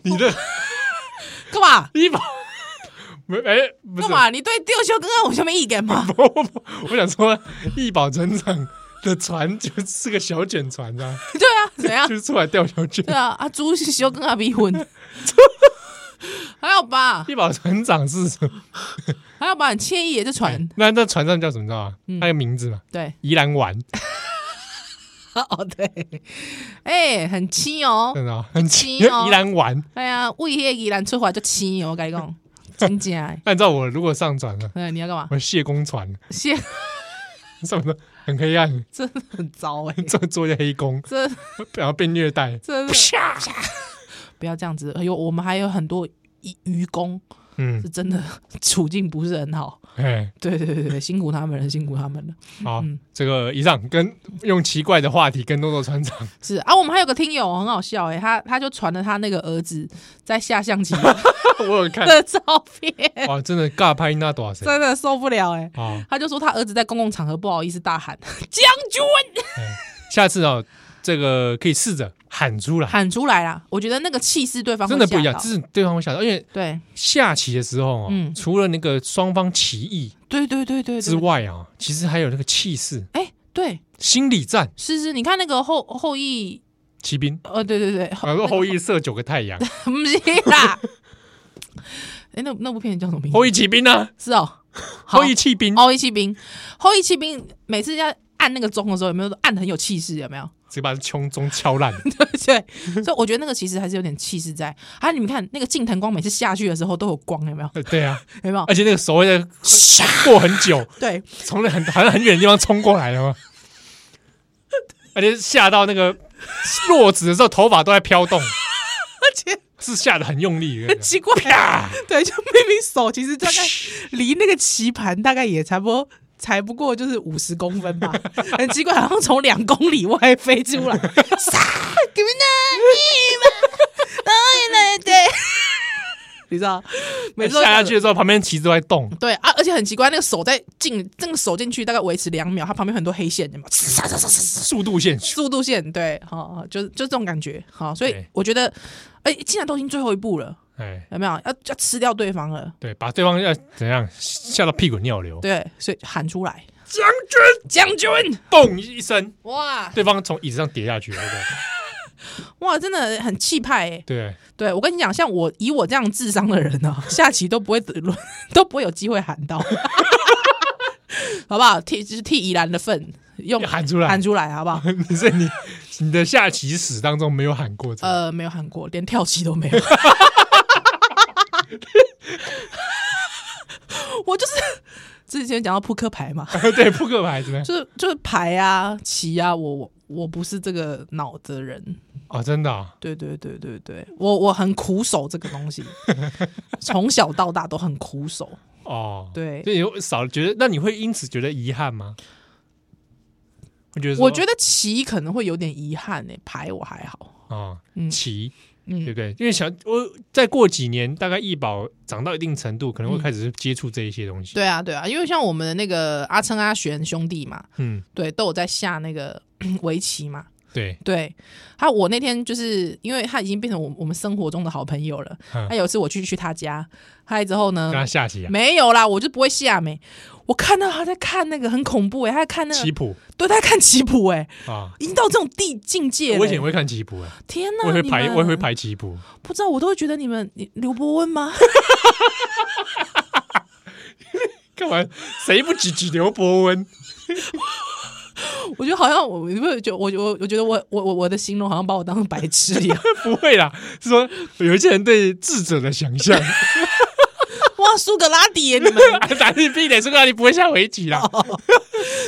S1: 你的
S2: 干嘛？
S1: 易宝， 没哎，不是
S2: 干，嘛？你对丢修更啊有什么意见吗？
S1: 我想说易宝船长的船就是个小卷船 啊，
S2: 对啊，怎样
S1: 就？是出来钓小卷
S2: 对。啊，啊，猪修更啊逼 婚，还好吧？
S1: 易宝船长是什么？
S2: 还好吧？很惬意耶，这船。
S1: 那那船上叫什么？你知道吗？
S2: 嗯
S1: 他有名字嘛？
S2: 对，
S1: 宜兰丸，
S2: 哦对，哎，很轻哦。
S1: 真的哦很奇。
S2: 很奇哦
S1: 宜兰丸，
S2: 哎呀，为那个宜兰出发就轻哦，我跟你讲，真假 的？
S1: 按照我如果上船了，
S2: 哎，你要干嘛？
S1: 我卸工船
S2: 谢，
S1: 什么的，很黑暗，
S2: 真的很糟 哎，
S1: 做做一些黑工，
S2: 这
S1: 然后被虐待。
S2: 真的
S1: 啊
S2: 不要这样子。哎呦，我们还有很多愚愚公
S1: 嗯
S2: 是，真的 处境不是很好。
S1: 哎，
S2: 对对对对，辛苦他们了，辛苦他们了。
S1: 好，
S2: 嗯
S1: 这个以上跟用奇怪的话题跟诺诺船 长，
S2: 是啊，我们还有个听友很好笑哎、他他就传了他那个儿子在下象棋
S1: 我有看，
S2: 的照片，
S1: 哇，真的尬拍那多少？
S2: 真的受不了哎、
S1: 啊，
S2: 他就说他儿子在公共场合不好意思大喊将军，
S1: 下次哦，这个可以试着喊出来，
S2: 喊出来啦！我觉得那个气势对方
S1: 真的不一
S2: 会吓
S1: 样，
S2: 到
S1: 这是对方会想到，因为
S2: 对
S1: 下棋的时候哦
S2: 嗯，
S1: 除了那个双方棋艺
S2: 对对对对
S1: 之
S2: 对，
S1: 外啊，其实还有那个气势、
S2: 哎、对，
S1: 心理战。
S2: 是是，你看那个后后羿，
S1: 骑兵，
S2: 呃，对对对，后
S1: 然后后羿射九个太阳，
S2: 不是啦， 哎、那那部片叫什么名字？
S1: 后羿骑兵呢？
S2: 是哦，好
S1: 后羿弃兵，
S2: 后羿骑兵，后羿骑兵每次要按那个钟的时候，有没有都按得很有气势？有没有？
S1: 直接把胸中敲烂。
S2: 对，所以我觉得那个其实还是有点气势在。还有你们看那个近藤光每次下去的时候都有光，有没有？
S1: 对啊，
S2: 有没有？
S1: 而且那个所谓的过很久，
S2: 对，
S1: 从那很好像很远的地方冲过来了 嘛，而且吓到那个落子的时候，头发都在飘动，
S2: 而且
S1: 是吓得很用力 的
S2: 很。奇怪，
S1: 啪！
S2: 对，就明明手其实大概 离那个棋盘大概也差不多。才不过就是五十公 分吧，很奇怪，好像从两公里外飞出来，杀！给我拿你吧， 对对，你知道，每次都
S1: 下下去的时候，旁边旗子都在动，
S2: 对啊，而且很奇怪，那个手在进，那个手进去大概维持两秒，它旁边很多黑线， 有没有？唰唰唰唰唰
S1: 速度线。
S2: 速度线，对，好、哦，就是就这种感觉，好、所以
S1: 对
S2: 我觉得，哎、既然都已经最后一步了，
S1: 哎，
S2: 有没有要要吃掉对方了？
S1: 对，把对方要怎样吓到屁滚尿流，
S2: 对，所以喊出来，
S1: 将军
S2: 将军，
S1: 咚一声，
S2: 哇
S1: 对方从椅子上跌下去，对不对？
S2: 哇，真的很气派哎！
S1: 对，
S2: 对我跟你讲，像我以我这样智商的人呢、啊 下棋都不会得 都不会有机会喊到， 好不好？替就是替宜兰的份， 用
S1: 要喊出来
S2: 喊出来，好不好？
S1: 你是你你的下棋史当中没有喊过这个，
S2: 呃，没有喊过，连跳棋都没有。 我就是 之前讲到扑克牌嘛，
S1: 对，扑克牌怎么样？
S2: 就是就是牌啊、棋啊，我我我不是这个脑子的人。
S1: 哦，真的啊，
S2: 对对对对对，我我很苦手这个 东西，从小到大都很苦手。
S1: 哦，
S2: 对
S1: 所以你少了觉得，那你会因此觉得遗憾吗？我觉得说，
S2: 我觉得棋可能会有点遗憾呢、牌我还好。
S1: 啊
S2: 嗯，
S1: 棋、对
S2: 嗯，
S1: 不对？因为想我再过几年，大概易宝长到一定程度，可能会开始接触这一些东西。
S2: 嗯对啊对啊，因为像我们的那个阿琛、阿璇兄弟嘛，
S1: 嗯，
S2: 对，都有在下那个 围棋嘛。
S1: 对，
S2: 对他，我那天就是因为他已经变成我我们生活中的好朋友了。
S1: 嗯
S2: 他有一次我去去他家，嗨之后呢
S1: 跟，他下棋啊，
S2: 嗯没有啦，我就不会下没。我看到他在看那个很恐怖哎、他在看那
S1: 棋
S2: 个，
S1: 谱
S2: 对，他在看棋谱哎、
S1: 啊，
S2: 已经到这种地境界了、欸
S1: 我以前也会看棋谱啊，
S2: 天
S1: 我
S2: 哪，
S1: 也会
S2: 你
S1: 排，
S2: 们
S1: 我也会，排棋谱。
S2: 不知道我都会觉得你们你刘伯温 吗？
S1: 干嘛？谁不举举刘伯温？
S2: 我觉得好像我，你不觉得我我我觉得我我我我的形容好像把我当成白痴 一样。
S1: 不会啦，是说有一些人对智者的想象，
S2: 哇，苏格拉底耶，你们
S1: 打你屁脸，说那你不会下围棋啦。
S2: 哦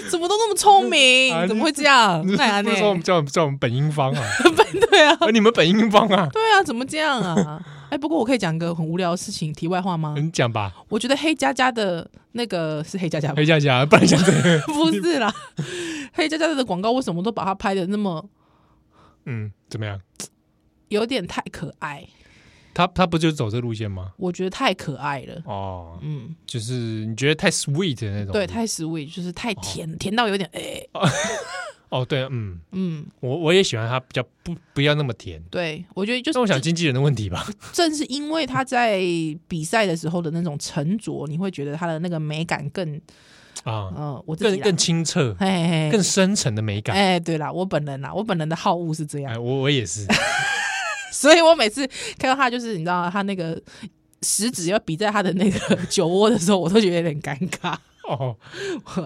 S2: 怎么都那么聪明
S1: 啊？
S2: 怎么会这样？
S1: 不是
S2: 那
S1: 不是说我们叫我们叫我们本英方啊， 哦
S2: 对啊，
S1: 而你们本英方啊，
S2: 对啊，怎么这样啊？ 哎、不过我可以讲个很无聊的事情，题外话吗？
S1: 你讲吧，
S2: 我觉得黑佳佳的那个是黑佳佳吧
S1: 回？家讲，不然讲这个，
S2: 不是啦，黑佳佳的广告为什么都把它拍的那么
S1: 嗯，怎么样？
S2: 有点太可爱？
S1: 他他不就走这路线吗？
S2: 我觉得太可爱了。
S1: 哦，
S2: 嗯，
S1: 就是你觉得太 sweet 的那种，
S2: 对，太 sweet，就是太甜，甜到有点哎、
S1: 哦，对，嗯，
S2: 嗯，
S1: 我我也喜欢他比较不不要那么甜，
S2: 对，我觉得就
S1: 但我想
S2: 是
S1: 经纪人的问题吧，
S2: 正是因为他在比赛的时候的那种沉着，你会觉得他的那个美感更，
S1: 啊，
S2: 呃，我自己
S1: 更
S2: 啦哎
S1: 更清澈、
S2: 嘿嘿嘿
S1: 更深沉的美感，
S2: 哎、对啦，我本人啦，我本人的好恶是这样
S1: 哎，，我我也是，
S2: 所以我每次看到他，就是你知道他那个食指要比在他的那个酒窝的时候，我都觉得有点尴尬。
S1: 哦，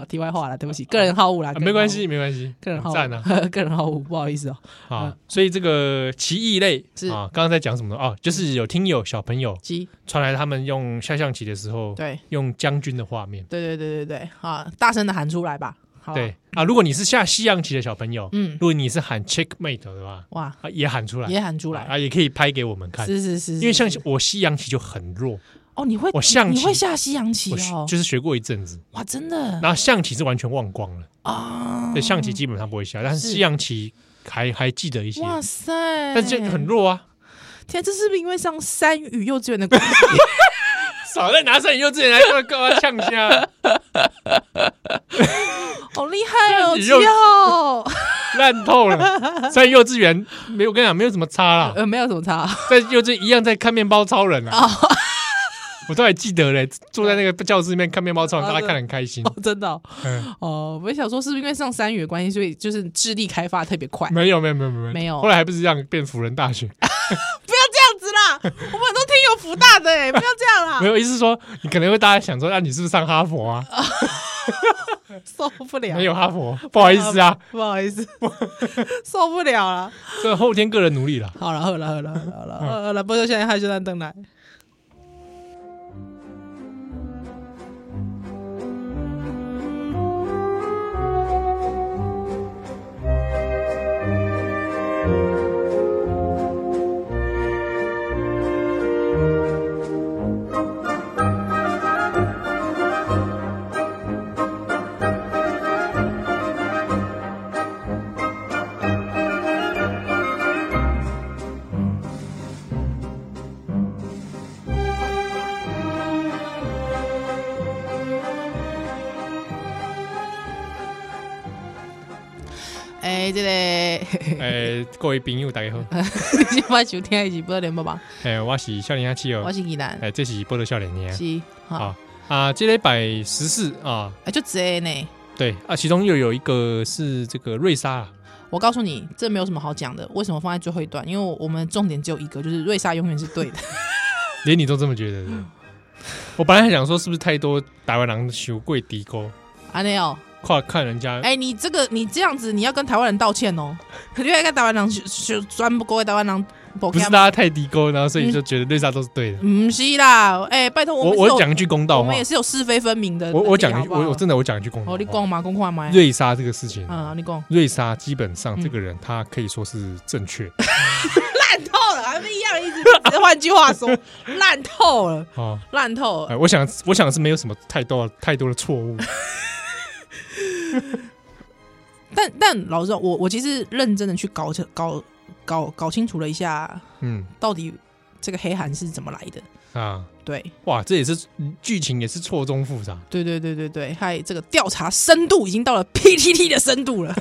S2: 题外话了，对不起，个人好恶啦、
S1: 啊
S2: 个人好恶
S1: 没关系，，没关系，
S2: 个人
S1: 很
S2: 好恶
S1: 赞啊，
S2: 个人好恶，不好意思哦、
S1: 啊，所以这个棋艺类
S2: 是嗯
S1: 啊，刚刚在讲什么呢？哦，就是有听友小朋友
S2: 鸡，
S1: 传来他们用下象棋的时候，
S2: 对
S1: 用将军的画面。
S2: 对对对对对，啊，大声的喊出来吧，好吧，
S1: 对啊，如果你是下西洋棋的小朋友，
S2: 嗯
S1: 如果你是喊 checkmate 的话，
S2: 哇，
S1: 啊，也喊出来，
S2: 也喊出来，
S1: 啊，也可以拍给我们看。
S2: 是是是，
S1: 因为像
S2: 是
S1: 我西洋棋就很弱，
S2: 哦，你会
S1: 我象
S2: 你
S1: 棋
S2: 你会下西洋棋
S1: 我学
S2: 哦，嗯
S1: 就是学过一阵子，
S2: 哇，真的
S1: 然后象棋是完全忘光了。
S2: 啊，
S1: 对，象棋基本上不会下，但是
S2: 是
S1: 西洋棋还还记得一些，
S2: 哇塞，
S1: 但是就很弱啊。
S2: 天，这是不是因为上山语幼稚园的关系？
S1: 少在拿上你幼稚园来干嘛呛下？
S2: 好厉害 哦，
S1: 山语幼
S2: 七号。
S1: 烂透了。在幼稚园没有，我跟你讲没有什么差啦，
S2: 呃，没有什么差，
S1: 在幼稚园一样在看面包超人
S2: 哦
S1: 啊。 我都还记得嘞，坐在那个教室里面看面包超人，大家看得很开心。
S2: 真的哦
S1: 嗯，
S2: 哦。我想说，是不是因为上三语的关系，所以就是智力开发特别快？
S1: 没有没有没有没有
S2: 没有啊
S1: 后来还不是一样变辅仁大学？
S2: 不要这样子啦，我们都挺有福大的 哎，不要这样
S1: 没
S2: 啦。
S1: 有，意思是说你可能会大家想说，那、你是不是上哈佛啊？
S2: 受不
S1: 啊
S2: 了，
S1: 没有哈佛，不好意思啊，
S2: 不好意思，受不了了。
S1: 这后天个人努力 啦。
S2: 好了，好了，好了，好
S1: 嗯
S2: 了，好了，不就现在害羞蛋登来。哎，这 个
S1: 诶，哎各位朋友大 家好，
S2: 你今晚收听的是波联播吧？
S1: 诶，我是少年阿七
S2: 我
S1: 哦，
S2: 是宜兰，
S1: 诶，这是波多少年年
S2: 是好，
S1: 啊啊，这礼拜十四啊，
S2: 哎，就这呢。
S1: 对啊，其中又有一个是这个瑞莎啊，
S2: 我告诉你，这没有什么好讲的。为什么放在最后一段？因为我们重点只有一个，就是瑞莎永远是 对的。
S1: 连你都这么觉得。对我本来还想说，是不是太多台湾人修贵低沟，
S2: 阿内哦，
S1: 快看人家，
S2: 哎，你这个你这样子，你要跟台湾人道歉哦。可另外一个台湾人就就专不过台湾人不
S1: 不是大家太低沟，然后所以就觉得瑞莎都是对的。
S2: 不是啦，哎、拜托，
S1: 我
S2: 们是有
S1: 我讲一句公道
S2: 嗯我
S1: 话
S2: 们也，是有是非分明的。
S1: 我我讲一
S2: 一
S1: 句，我我真的我讲一句公道
S2: 哦，你
S1: 话。
S2: 讲嘛，公话嘛，
S1: 瑞莎这个事情，
S2: 啊，你讲
S1: 瑞莎基本上
S2: 嗯
S1: 这个人，他可以说是正确
S2: 烂透了，还是一样的意思。只是换句话说，烂透了，
S1: 啊。
S2: 烂透了。
S1: 哎，我想我想是没有什么太多太多的错误。
S2: 但但老实说，我我其实认真的去搞清搞搞搞清楚了一下，
S1: 嗯
S2: 到底这个黑函是怎么来的。
S1: 啊，
S2: 对
S1: 哇，这也是剧情也是错综复杂。
S2: 对对对对对，还这个调查深度已经到了 PTT 的深 度了。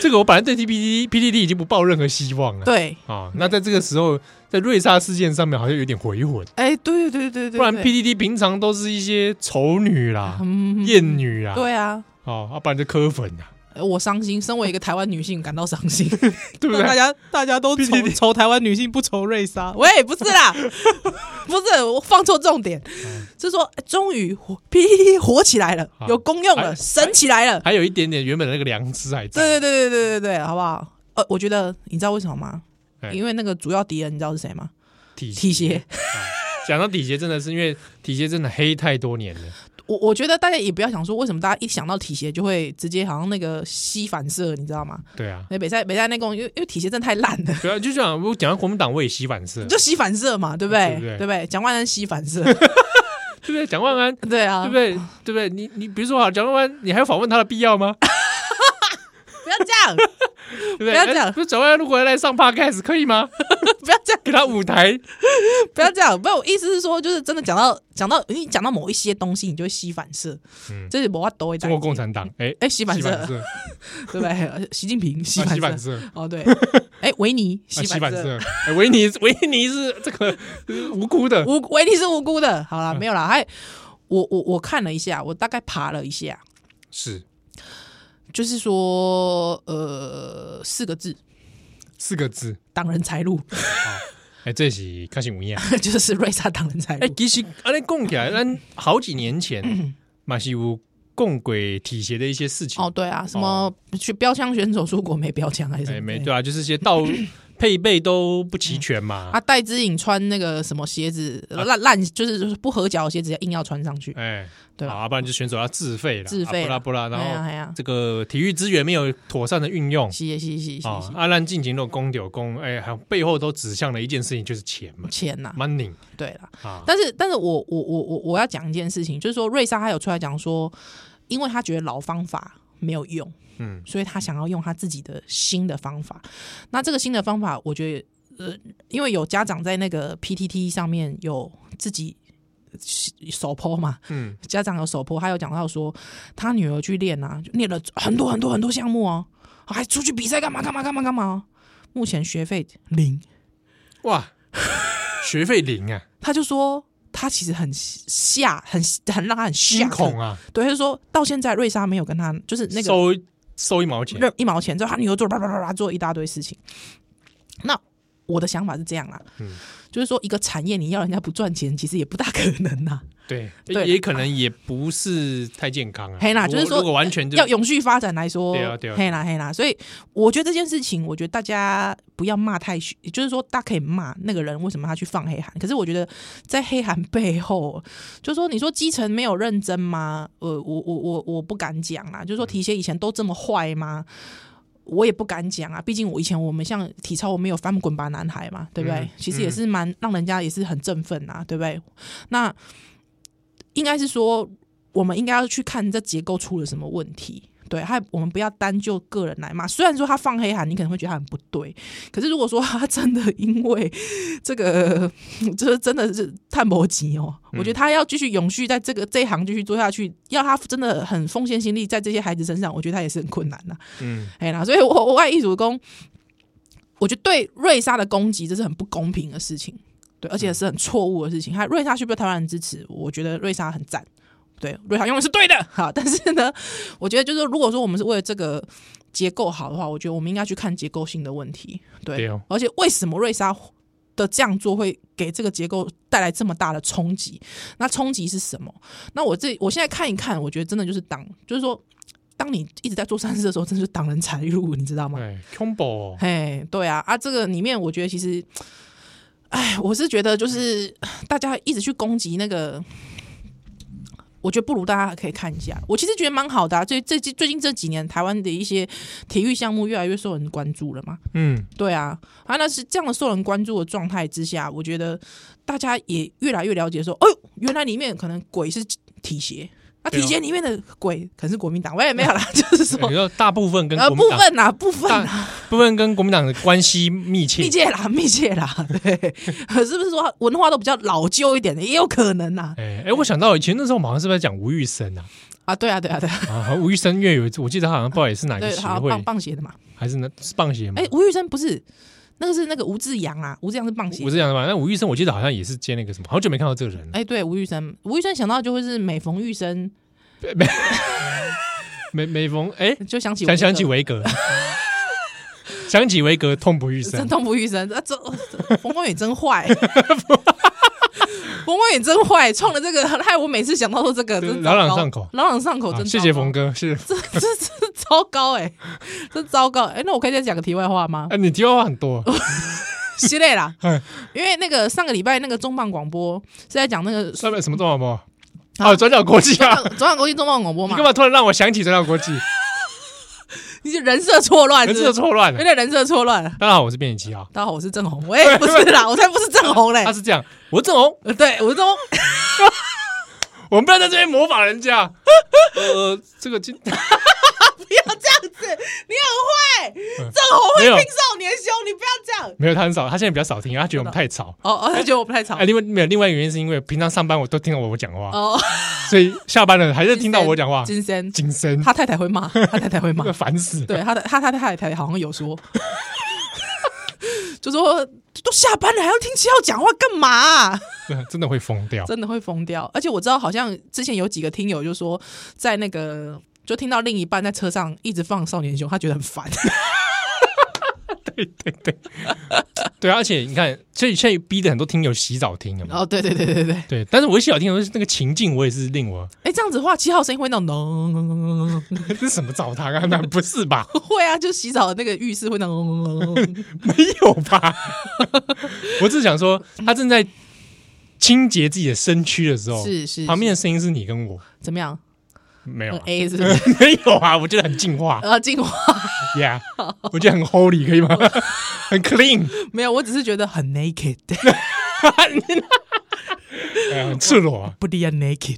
S1: 这个我本来对 T P T P T T 已经不抱任何希望了。
S2: 对，
S1: 啊，那在这个时候，在瑞莎事件上面好像有点回魂，
S2: 哎，对对对对对，
S1: 不然
S2: 对
S1: P T T 平常都是一些丑女啦、
S2: 嗯
S1: 艳女啦，
S2: 对啊，
S1: 哦，要不然就磕粉啊啦，
S2: 呃我伤心，身为一个台湾女性感到伤心。
S1: 对不
S2: 那大
S1: 对？
S2: 家大家都
S1: PTT
S2: 愁愁台湾女性不愁瑞莎，喂，不是啦，不是我放错重点，是说哎终于火 PPT 火起来了
S1: 好，
S2: 有功用
S1: 哎
S2: 了，神起来了。
S1: 还有一点点原本的那个良知还在。
S2: 对对对对对对对，好不好？呃，我觉得你知道为什么吗
S1: 哎？
S2: 因为那个主要敌人你知道是谁吗？
S1: 体
S2: 体协。
S1: 讲到体协，真的是因为体协真的黑太多年了。
S2: 我我觉得大家也不要想说为什么大家一想到体协就会直接好像那个吸反射，你知道吗？
S1: 对啊，
S2: 那北赛北赛那公，因为因为体协真的太烂了。
S1: 对啊，就像我讲到国民党，我也洗反射
S2: 你，就吸反射嘛，对不
S1: 对
S2: 对？
S1: 不对
S2: 对不对？蒋万安吸反射，
S1: 对不对？蒋万安，
S2: 对啊，
S1: 对不对？对不对？你你比如说啊，蒋万安，你还有访问他的必要 吗？
S2: 不要这样，
S1: 对不对？
S2: 不要这样
S1: 哎不是蒋万安如果来上 podcast 可以吗？
S2: 不要这样。
S1: 给他舞台，
S2: 不要这样，不是我意思是说，就是真的讲到讲到你讲到某一些东西，你就会吸反射，
S1: 嗯
S2: 这是我法 都会
S1: 中国共产党，哎
S2: 哎吸反
S1: 洗
S2: 射，
S1: 反射，
S2: 对不对？习近平吸
S1: 啊
S2: 反
S1: 洗
S2: 射，
S1: 反射，
S2: 哦对，哎维尼
S1: 啊
S2: 吸
S1: 洗反，
S2: 反
S1: 射。哎维尼 维尼是这个 呃无辜的，
S2: 无维尼是无辜的，好
S1: 嗯
S2: 啦，没有啦，还我我我看了一下，我大概爬了一下，
S1: 是
S2: 就是说呃四个字，
S1: 四个字。
S2: 挡人财路，
S1: 哎，这是开心无
S2: 哎
S1: 恙。
S2: 就是瑞莎挡人财
S1: 哎、
S2: 路，
S1: 其实安尼讲起来，咱好几年 前嘛是有共轨体协的一些事情。
S2: 哦对啊，什么去标枪选手出国没标枪还是
S1: 哦哎、
S2: 什么？
S1: 没对啊，就是一些 道配备都不齐全嘛。
S2: 啊，戴之颖穿那个什么鞋子
S1: 啊
S2: 烂烂，就是就是不合脚的鞋子，硬要穿上去，
S1: 哎、
S2: 嗯对
S1: 好
S2: 吧？
S1: 啊，不然就选手要自费了，
S2: 自费
S1: 啊
S2: 啦
S1: 不啦不啦，
S2: 哎呀
S1: 然后
S2: 哎呀，
S1: 这个体育资源没有妥善的运用。
S2: 是的是是是
S1: 啊
S2: 是，
S1: 阿兰进行的公有公，哎、还有背后都指向了一件事情，就是钱嘛
S2: 钱呐，
S1: ，money
S2: 对啦。
S1: 啊，
S2: 但是但是我我我我我要讲一件事情，就是说瑞莎她有出来讲说，因为她觉得老方法没有用，
S1: 嗯，
S2: 所以她想要用她自己的新的方法。那这个新的方法，我觉得呃，因为有家长在那个 PTT 上面有自己。手剖嘛，
S1: 嗯，
S2: 家长有手剖，还有讲到说他女儿去练啊，就练了很多很多很多项目哦，还出去比赛干嘛干嘛干嘛干嘛哦。目前学费零，
S1: 哇，学费零啊，
S2: 他就说他其实很吓，很很让他很 吓
S1: 惊，恐啊，
S2: 对，他就说到现在瑞莎没有跟他就是那个
S1: 收收一毛钱，
S2: 任一毛钱，之后他女儿做了叭叭叭叭做一大堆事情。那我的想法是这样啦，
S1: 嗯
S2: 就是说一个产业你要人家不赚钱，其实也不大可能呐、啊
S1: 对，
S2: 对
S1: 也可能也不是太健康啊。
S2: 嘿啦
S1: 如果
S2: 就是说
S1: 如果完全就
S2: 要永续发展来说，
S1: 对啊对啊
S2: 嘿啦嘿啦，所以我觉得这件事情，我觉得大家不要骂太虚，也就是说大家可以骂那个人为什么他去放黑函，可是我觉得在黑函背后，就说你说基层没有认真吗？呃，我我我我不敢讲啊啦，就是说提鞋以前都这么坏吗？我也不敢讲啊，毕竟我以前我们像体操，我们有翻滚吧男孩嘛，对不对？
S1: 嗯
S2: 其实也是蛮让人家也是很振奋啊，对不对？那应该是说，我们应该要去看这结构出了什么问题。对，还我们不要单就个人来骂。虽然说他放黑函，你可能会觉得他很不对，可是如果说他真的因为这个，就是真的是探摩级哦，我觉得他要继续永续在这个这一行继续做下去，要他真的很奉献心力在这些孩子身上，我觉得他也是很困难的、
S1: 嗯
S2: 哎啦，所以我我爱艺术工，我觉得对瑞莎的攻击这是很不公平的事情，对，而且是很错误的事情。还瑞莎需不需要台湾人支持？我觉得瑞莎很赞，对，瑞莎永远是对的。好，但是呢，我觉得就是如果说我们是为了这个结构好的话，我觉得我们应该去看结构性的问题，对，
S1: 对哦
S2: 而且为什么瑞莎？的这样做会给这个结构带来这么大的冲击，那冲击是什么？那我这我现在看一看，我觉得真的就是党，就是说当你一直在做善事的时候，真的是挡人财路，你知道吗？
S1: 哎，combo 哦
S2: 嘿，对啊，啊，这个里面我觉得其实，哎，我是觉得就是大家一直去攻击那个，我觉得不如大家可以看一下。我其实觉得蛮好的、啊，最最近最近这几年台湾的一些体育项目越来越受人关注了嘛。
S1: 嗯，
S2: 对啊，啊，那是这样的受人关注的状态之下，我觉得大家也越来越了解说，哦，原来里面可能鬼是体协，那
S1: 对啊
S2: 体协里面的鬼可能是国民党，我也没有啦， 就是说
S1: 你。说大部分跟
S2: 呃，
S1: 国
S2: 部
S1: 民党
S2: 分啦，部分
S1: 大
S2: 啦，
S1: 部分跟国民党的关系密切
S2: 密，切啦，密切啦，对，呃是不是说文化都比较老旧一点的，也有可能啊呐、
S1: 哎哎，我想到以前那时候我们好像是不是在讲吴玉生 啊？
S2: 啊？对啊，对啊，对啊，
S1: 啊，吴玉生因为有一次我记得他好像不知道也是哪个
S2: 对，
S1: 哎协
S2: 好
S1: 会，嗯
S2: 棒棒鞋的嘛。
S1: 还是那是棒协吗
S2: 哎、？吴玉生不是，那个是那个吴志阳啊，吴志阳是棒鞋
S1: 我。是这样的吧？那吴玉生我记得好像也是接那个什么，好久没看到这个人了。
S2: 哎、对，吴玉生，吴玉生想到就会是每逢玉生，
S1: 每每逢哎，
S2: 就想起
S1: 想
S2: 我
S1: 想
S2: 这
S1: 起
S2: 个
S1: 维格， 想起维格痛不欲生
S2: 真。痛不欲生。啊，这这冯光远真坏，冯光远真坏，创了这个，害我每次想到都这个，
S1: 对
S2: 真
S1: 朗朗
S2: 糟糕
S1: 上口
S2: 朗朗上口，
S1: 啊
S2: 真
S1: 谢谢
S2: 糟糕
S1: 冯哥，谢谢。
S2: 这这这糟糕哎、这糟糕哎、那我可以再讲个题外 话吗？
S1: 哎，你提到话很多，
S2: 系列啦
S1: 嗯，
S2: 因为那个上个礼拜那个重磅广播是在讲那个
S1: 上面什么重要吗？啊，转角国际啊！
S2: 中港国际重啊磅广播
S1: 你
S2: 嘛
S1: 干，嘛突然让我想起转角国 际？
S2: 你是人设错乱，
S1: 人
S2: 是
S1: 设
S2: 不是
S1: 错乱
S2: 有
S1: 了。
S2: 点人设错乱。
S1: 大家好，我是编辑七号。
S2: 大家好，我是郑 红，喂，不是啦，我才不是郑红嘞
S1: 他，是这样，啊我是郑红，
S2: 呃对，我是郑红，
S1: 我们不要在这边模仿人 家。呃，这个今
S2: 不 要这样子，你很坏，郑红
S1: 嗯
S2: 会
S1: 没有
S2: 听少年凶，你不要这 样。
S1: 没有他很少，他现在比较少听，他觉得我们太吵。
S2: 哦哦，他觉得我不太吵
S1: 哎，。另外没有另外一个原因是因为平常上班我都听到我讲话，
S2: 哦，
S1: 所以下班了还是听到我讲话。
S2: 金森，
S1: 谨慎，，
S2: 他太太会骂，他太太会骂
S1: 烦死。
S2: 对，他的他他太太好像有说， 就说都下班了还要听七号讲话干嘛啊、
S1: 对，真的会疯掉。
S2: 真的会疯掉。而且我知道，好像之前有几个听友就说，在那个就听到另一半在车上一直放少年兄，他觉得很烦。
S1: 对啊，而且你看，所以现在逼得很多听友洗澡听了嘛。
S2: 哦，对对对对对，
S1: 对，但是我一洗澡听的时候，那个情境我也是令我
S2: 哎，这样子的话，七号声音会那种嗡嗡嗡嗡嗡
S1: 这是什么澡堂啊？那不是吧？
S2: 会啊，就洗澡的那个浴室会那种嗡嗡嗡嗡
S1: 没有吧？ 我只是想说，他正在清洁自己的身躯的时候，
S2: 是是
S1: 旁边的声音是你跟我，
S2: 怎么样？
S1: 没有、
S2: 用
S1: 啊，
S2: A 是不是？
S1: 没有啊？我觉得很净化
S2: 呃，进化
S1: ，Yeah，我觉得很 holy，可以吗？ 很 clean，
S2: 没有，我只是觉得很 naked，
S1: 哎呀很赤裸啊！
S2: 不离 naked。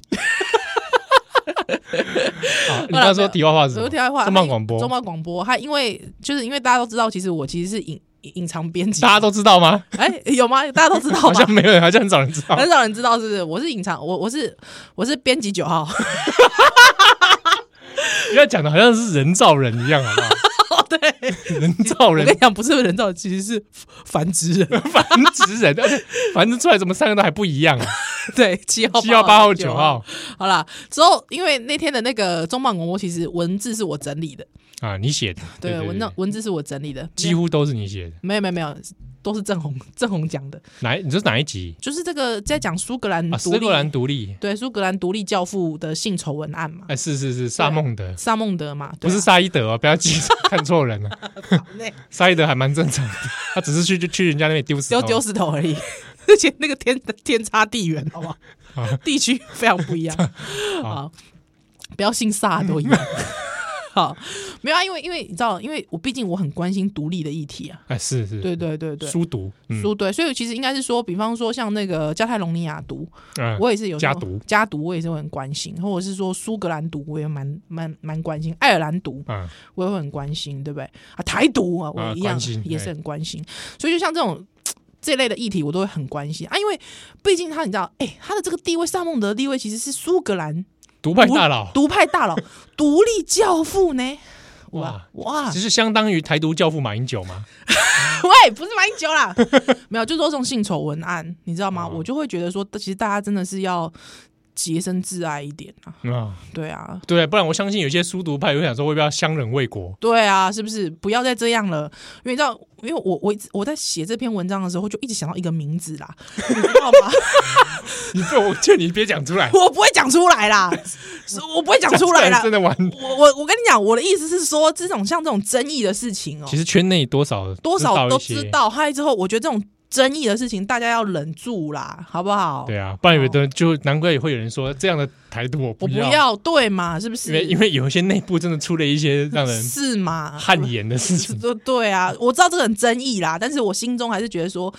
S1: 好你刚刚说题外话是什
S2: 有
S1: 么？
S2: 题外话，
S1: 重磅广播
S2: 中报广播，他因为就是因为大家都知道，其实我其实是隐隐藏编辑，
S1: 大家都知道吗？
S2: 哎、有吗？大家都知道
S1: 好
S2: 吗
S1: 像？没有人，好像很少人知道。
S2: 很少人知道，是不是？我是隐藏，我我是我是编辑九号，
S1: 不要讲的好像是人造人一样，好不好？
S2: 哦
S1: 对，人造
S2: 我
S1: 人
S2: 跟你讲，不是人造，其实是繁殖人。
S1: 繁殖人，而且繁殖出来怎么三个都还不一样啊？
S2: 对，七号、
S1: 七号、八号、九
S2: 9
S1: 号。
S2: 好啦，之后因为那天的那个中版广播，其实文字是我整理的，
S1: 啊，你写的，
S2: 对，文章文字是我整理的，
S1: 几乎都是你写的。
S2: 没有没有没有，都是郑红郑红讲的，
S1: 哪一你这是哪一集
S2: 就是这个在讲苏格兰
S1: 啊？
S2: 嗯
S1: 斯
S2: 独立、
S1: 格兰独立，
S2: 对苏格兰独立教父的性丑闻案嘛，
S1: 哎，是是是，萨孟德
S2: 萨孟德嘛，
S1: 不
S2: 对啊啊
S1: 是萨伊德哦，不要记 看错人了。萨伊德还蛮正常的，他只是去就去人家那边丢石
S2: 丢
S1: 头，
S2: 丢石头而已， 而且那个天天差地远，好 不好？
S1: 啊
S2: 地区非常不一样。好，不要姓萨都一 样。好，没有啊，因为因为你知道，因为我毕竟我很关心独立的议题啊。
S1: 哎，是是，
S2: 对对对对，
S1: 书读，嗯
S2: 书对，所以其实应该是说，比方说像那个加泰隆尼亚独，
S1: 嗯
S2: 我也是有
S1: 加独
S2: 加独我也是会很关心，或者是说苏格兰独，我也蛮蛮蛮关心，爱尔兰独
S1: 嗯，
S2: 我也会很关心，对不对？啊，台独啊，我一样
S1: 关心
S2: 也是很关心，所以就像这种。这类的议题我都会很关心啊，因为毕竟他你知道，哎、他的这个地位，萨孟德的地位其实是苏格兰
S1: 独派大佬，
S2: 独派大佬、 独立教父呢。哇
S1: 哇
S2: 哇，
S1: 就是相当于台独教父马英九嘛。
S2: 喂，不是马英九啦， 没有，就是说这种性丑闻案，你知道吗？
S1: 哦
S2: 我就会觉得说，其实大家真的是要洁身自爱一点啊，
S1: 啊，
S2: 对啊。
S1: 对，不然我相信有些书读派会想说，会不会要相忍为国？
S2: 对啊，是不是不要再这样了？因为你知道，因为我我一直我在写这篇文章的时候，就一直想到一个名字啦，你知道 吗？
S1: 你这我劝你别讲出来，
S2: 我不会讲出来啦，是我不会讲出 来啦。
S1: 真的完。
S2: 我我我跟你讲，我的意思是说，这种像这种争议的事情哦、
S1: 其实圈内多少
S2: 多少都
S1: 一
S2: 知
S1: 些，
S2: 道。嗨，之后我觉得这种争议的事情，大家要忍住啦，好不好？
S1: 对啊，不然有的就难怪会有人说这样的台独我
S2: 哦
S1: 不
S2: 我不
S1: 要，
S2: 要，对嘛？是不
S1: 因为
S2: 是？
S1: 因为有一些内部真的出了一些让人
S2: 是嘛？
S1: 汗颜的事情。
S2: 对对啊，我知道这个很争议啦，但是我心中还是觉得说，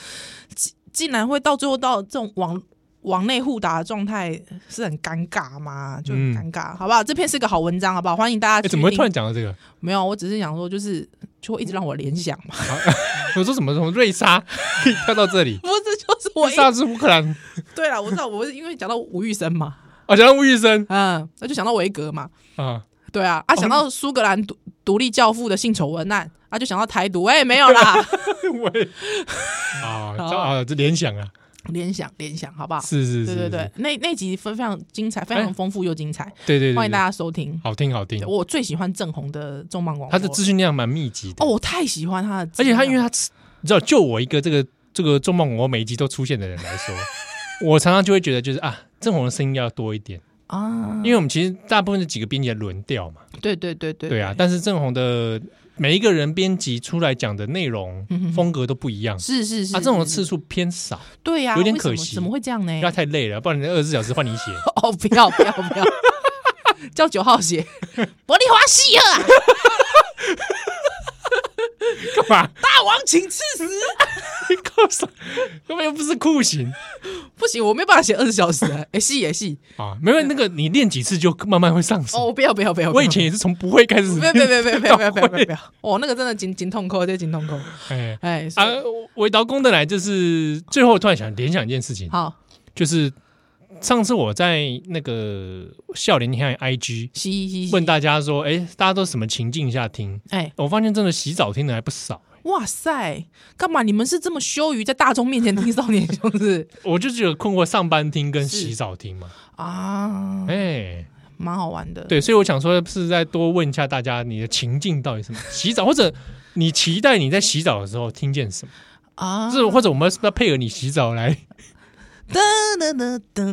S2: 既竟然会到最后到这种网网内互打的状态，是很尴尬嘛，就很
S1: 嗯
S2: 尴尬，好不好？这篇是个好文章，好不好？欢迎大家
S1: 哎，
S2: 去
S1: 怎么会
S2: 听
S1: 突然讲到这个？
S2: 没有？我只是想说，就是就会一直让我联想 嘛，
S1: 我说什么什么瑞莎 可以跳到这里？
S2: 不是就是我
S1: 瑞
S2: 一
S1: 莎是乌克兰，
S2: 对啊了，我知道我是因为讲到吴玉生嘛，
S1: 哦，讲到吴玉生
S2: 嗯，那就想到维格嘛，
S1: 啊，
S2: 对啊，啊想到苏格兰独独立教父的性丑闻案，啊就想到台独，哎、没 有啦，
S1: 我也啊，这啊这联想啊，
S2: 联想联想，好不好？
S1: 是是
S2: 对
S1: 是，
S2: 对
S1: 是哎
S2: 对，那那集非非常精彩，非常丰富又精彩，
S1: 对对对，
S2: 欢迎大
S1: 家
S2: 家收听。
S1: 好听好听
S2: 对，我最喜欢郑红的重磅广播，
S1: 他的资讯量蛮密集的
S2: 哦，，我太喜欢他的资
S1: 而
S2: 料
S1: 且
S2: 了，
S1: 他因为他吃，你知道，就我一个这个这个做梦我每一集都出现的人来 说，我常常就会觉得就是啊，郑红的声音要多一点，
S2: 啊，
S1: 因为我们其实大部分的几个编辑轮调嘛，
S2: 对对对对
S1: 对啊，，但是郑红的每一个人编辑出来讲的内容
S2: 嗯哼哼
S1: 风格都不一样。
S2: 是是是，
S1: 啊，这种
S2: 是
S1: 次数偏少，
S2: 对呀、
S1: 有点
S2: 为什么
S1: 可惜
S2: 怎么会这样呢
S1: 因为？他太累了，不然你二十四小时换你 写。
S2: 哦，不要不要不要， 叫九号鞋，伯利华西 鹤啊，
S1: 干嘛？
S2: 大王请赐死。
S1: 你搞啥？根本又不是酷 刑
S2: 不行，我没办法写二十小时、啊，哎、戏也戏。
S1: 啊！没有那个，你练几次就慢慢会上手。
S2: 哦，不要不要不要！
S1: 我以前也是从不会开始
S2: 不
S1: 练，
S2: 要不要不要不要不要不
S1: 到
S2: 要不
S1: 会
S2: 要不要！哦，那个真的紧紧痛扣，这紧痛扣。
S1: 哎
S2: 哎，
S1: 啊
S2: 所以，
S1: 围到功的来，就是最后突然想联想一件事情，
S2: 好，
S1: 就是上次我在那个笑脸你看 IG
S2: 嘻嘻
S1: 问
S2: 嘻。
S1: 大家说，哎、大家都什么情境下听？
S2: 哎，
S1: 我发现真的洗澡听的还不少，
S2: 哇塞，干嘛？你们是这么羞于在大众面前听少年兄 是
S1: 我就觉得困惑，上班听跟
S2: 是
S1: 洗澡听嘛，
S2: 啊
S1: 哎、？
S2: 蛮好玩的。
S1: 对，所以我想说，是再多问一下大家，你的情境到底 是什么？洗澡，或者你期待你在洗澡的时候听见什么？
S2: 啊，
S1: 是或者我们是不是要配合你洗澡来？
S2: 哒哒哒哒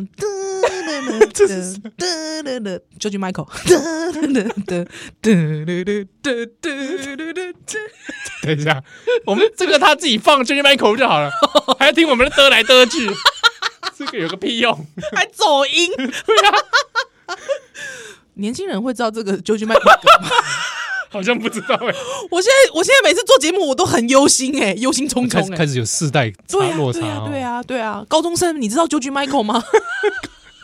S2: 哒哒哒
S1: 这是什
S2: 哒哒哒，George Michael，哒哒哒哒哒哒哒哒哒哒。
S1: 等一下，我们这个他自己放 j 麦口就好了，还要听我们的嘚来嘚 去，这个有个屁用？啊
S2: 还走音。年轻人会知道这个 George Michael 歌吗？
S1: 好像不知道哎、
S2: 我现在我现在每次做节目，我都很忧心哎、忧心忡忡
S1: 开始
S2: 哎
S1: 开。始有世代差
S2: 对啊，
S1: 落差、哦
S2: 对啊，对，啊，对啊！高中生，你知道 George Michael 吗？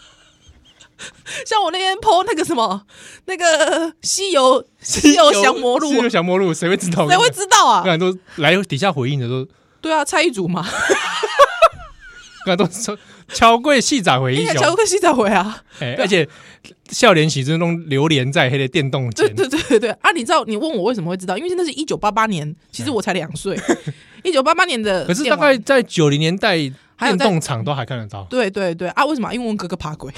S2: 像我那天 PO 那个什么，那个《西游西游降魔录啊
S1: 西》，游降魔录，谁会知道？
S2: 谁会？知道
S1: 不
S2: 啊？
S1: 然都来底下回应的都，
S2: 对啊，蔡一祖嘛，
S1: 不然都说乔贵戏仔回
S2: 应
S1: 应
S2: 该
S1: 熊
S2: 哎乔克西在回啊。
S1: 哎、而且笑脸喜之中榴莲在黑的电动
S2: 对
S1: 前，
S2: 对对对对啊！你知道你问我为什么会知道？因为那是一九八八年，其实我才两岁。 一九八八年 的
S1: 可是
S2: 电
S1: 大
S2: 玩
S1: 概在九零年代，
S2: 还有
S1: 电
S2: 在
S1: 动厂都还看得到，
S2: 对对对啊！为什么？因为我哥哥爬鬼，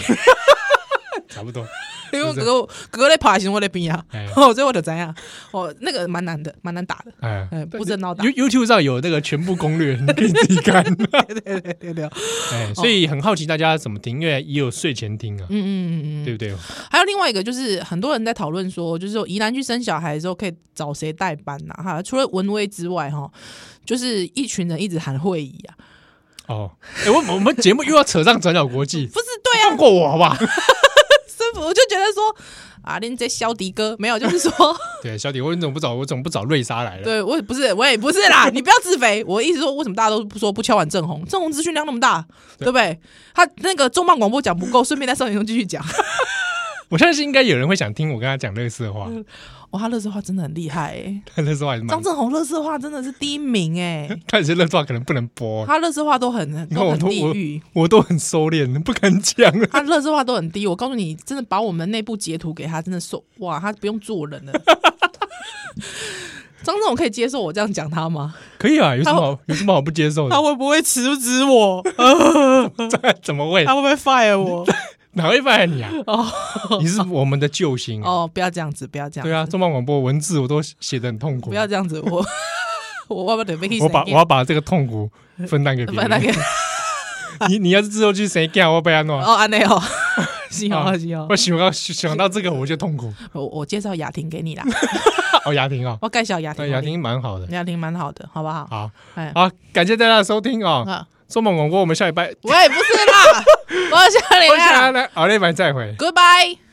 S1: 差不多。
S2: 因为哥哥哥哥在爬的时候我在边啊
S1: 哎，
S2: 哦，所以我就怎样，哦，那个蛮难的，蛮难打 的，
S1: 哎
S2: 哎，不知道打，
S1: ，You YouTube 上有那个全部攻略，你可以自己看。
S2: 对对对对对，嗯
S1: 哎，所以很好奇大家怎么听，因为也有睡前听啊，
S2: 嗯嗯嗯
S1: 对
S2: 嗯。
S1: 不对？
S2: 还有另外一个就是很多人在讨论说，就是说宜兰去生小孩之后可以找谁代班呐、哈，除了文威之外，哈，就是一群人一直喊会议啊，
S1: 哦，哎，我们我们节目又要扯上转角国际，
S2: 不是 对啊
S1: 放，过我好不 好？
S2: 师傅我就觉得说啊，连这小迪哥没有，就是 说。
S1: 对，小迪，我怎么不找我怎么不找瑞莎来了？
S2: 对我也不是，我也不是 啦，你不要自肥。我意思说，为什么大家都不说不敲碗正红？正红资讯量那么大，对不对？他那个重磅广播讲不够，顺便在少年中继续 讲。
S1: 我相信应该有人会想听我跟他讲乐色话，
S2: 哦哇，他乐色话真的很厉害哎、
S1: 但乐色话还是蛮
S2: 嗯张，正宏乐色话真的是第一名哎、
S1: 看有些乐色话可能不能播，
S2: 他乐色话都很
S1: 你看
S2: 都
S1: 我
S2: 很
S1: 都
S2: 地
S1: 我
S2: 狱，
S1: 我都很收敛，不敢讲啊了。
S2: 他乐色话都很低。我告诉你，真的把我们内部截图给他，真的受哇，他不用做人了。张正宏可以接受我这样讲他吗？
S1: 可以啊，有什么好有什么好不接受的
S2: 他？会不会辞职我？
S1: 怎么会？
S2: 他会不会 fire 我？
S1: 哪会发现你啊？
S2: 哦
S1: 你是我们的救星啊！
S2: 哦，不要这样子，不要这样子。
S1: 对啊，重磅广播文字我都写的很痛苦
S2: 不，要这样子，我我爸爸得被
S1: 我把我要把这个痛苦分担给别
S2: 把那
S1: 人。
S2: 个
S1: 你你要是之后去谁干，我被他弄。
S2: 哦安内哦， 行哦行哦，
S1: 啊我想到想到这个我就痛 苦。
S2: 我我介绍雅婷给你啦，
S1: 哦，雅婷啊，
S2: 我介哦绍雅嗯
S1: 那
S2: 婷，
S1: 雅婷蛮好的。
S2: 雅婷蛮好的，好不好？
S1: 好，
S2: 哎，
S1: 好，感谢大家的收听哦。
S2: 啊，
S1: 重磅广播，我们下礼拜
S2: 我也不是啦，我要笑你
S1: 我下
S2: 啦
S1: 来，好嘞，拜再会。
S2: ，Goodbye。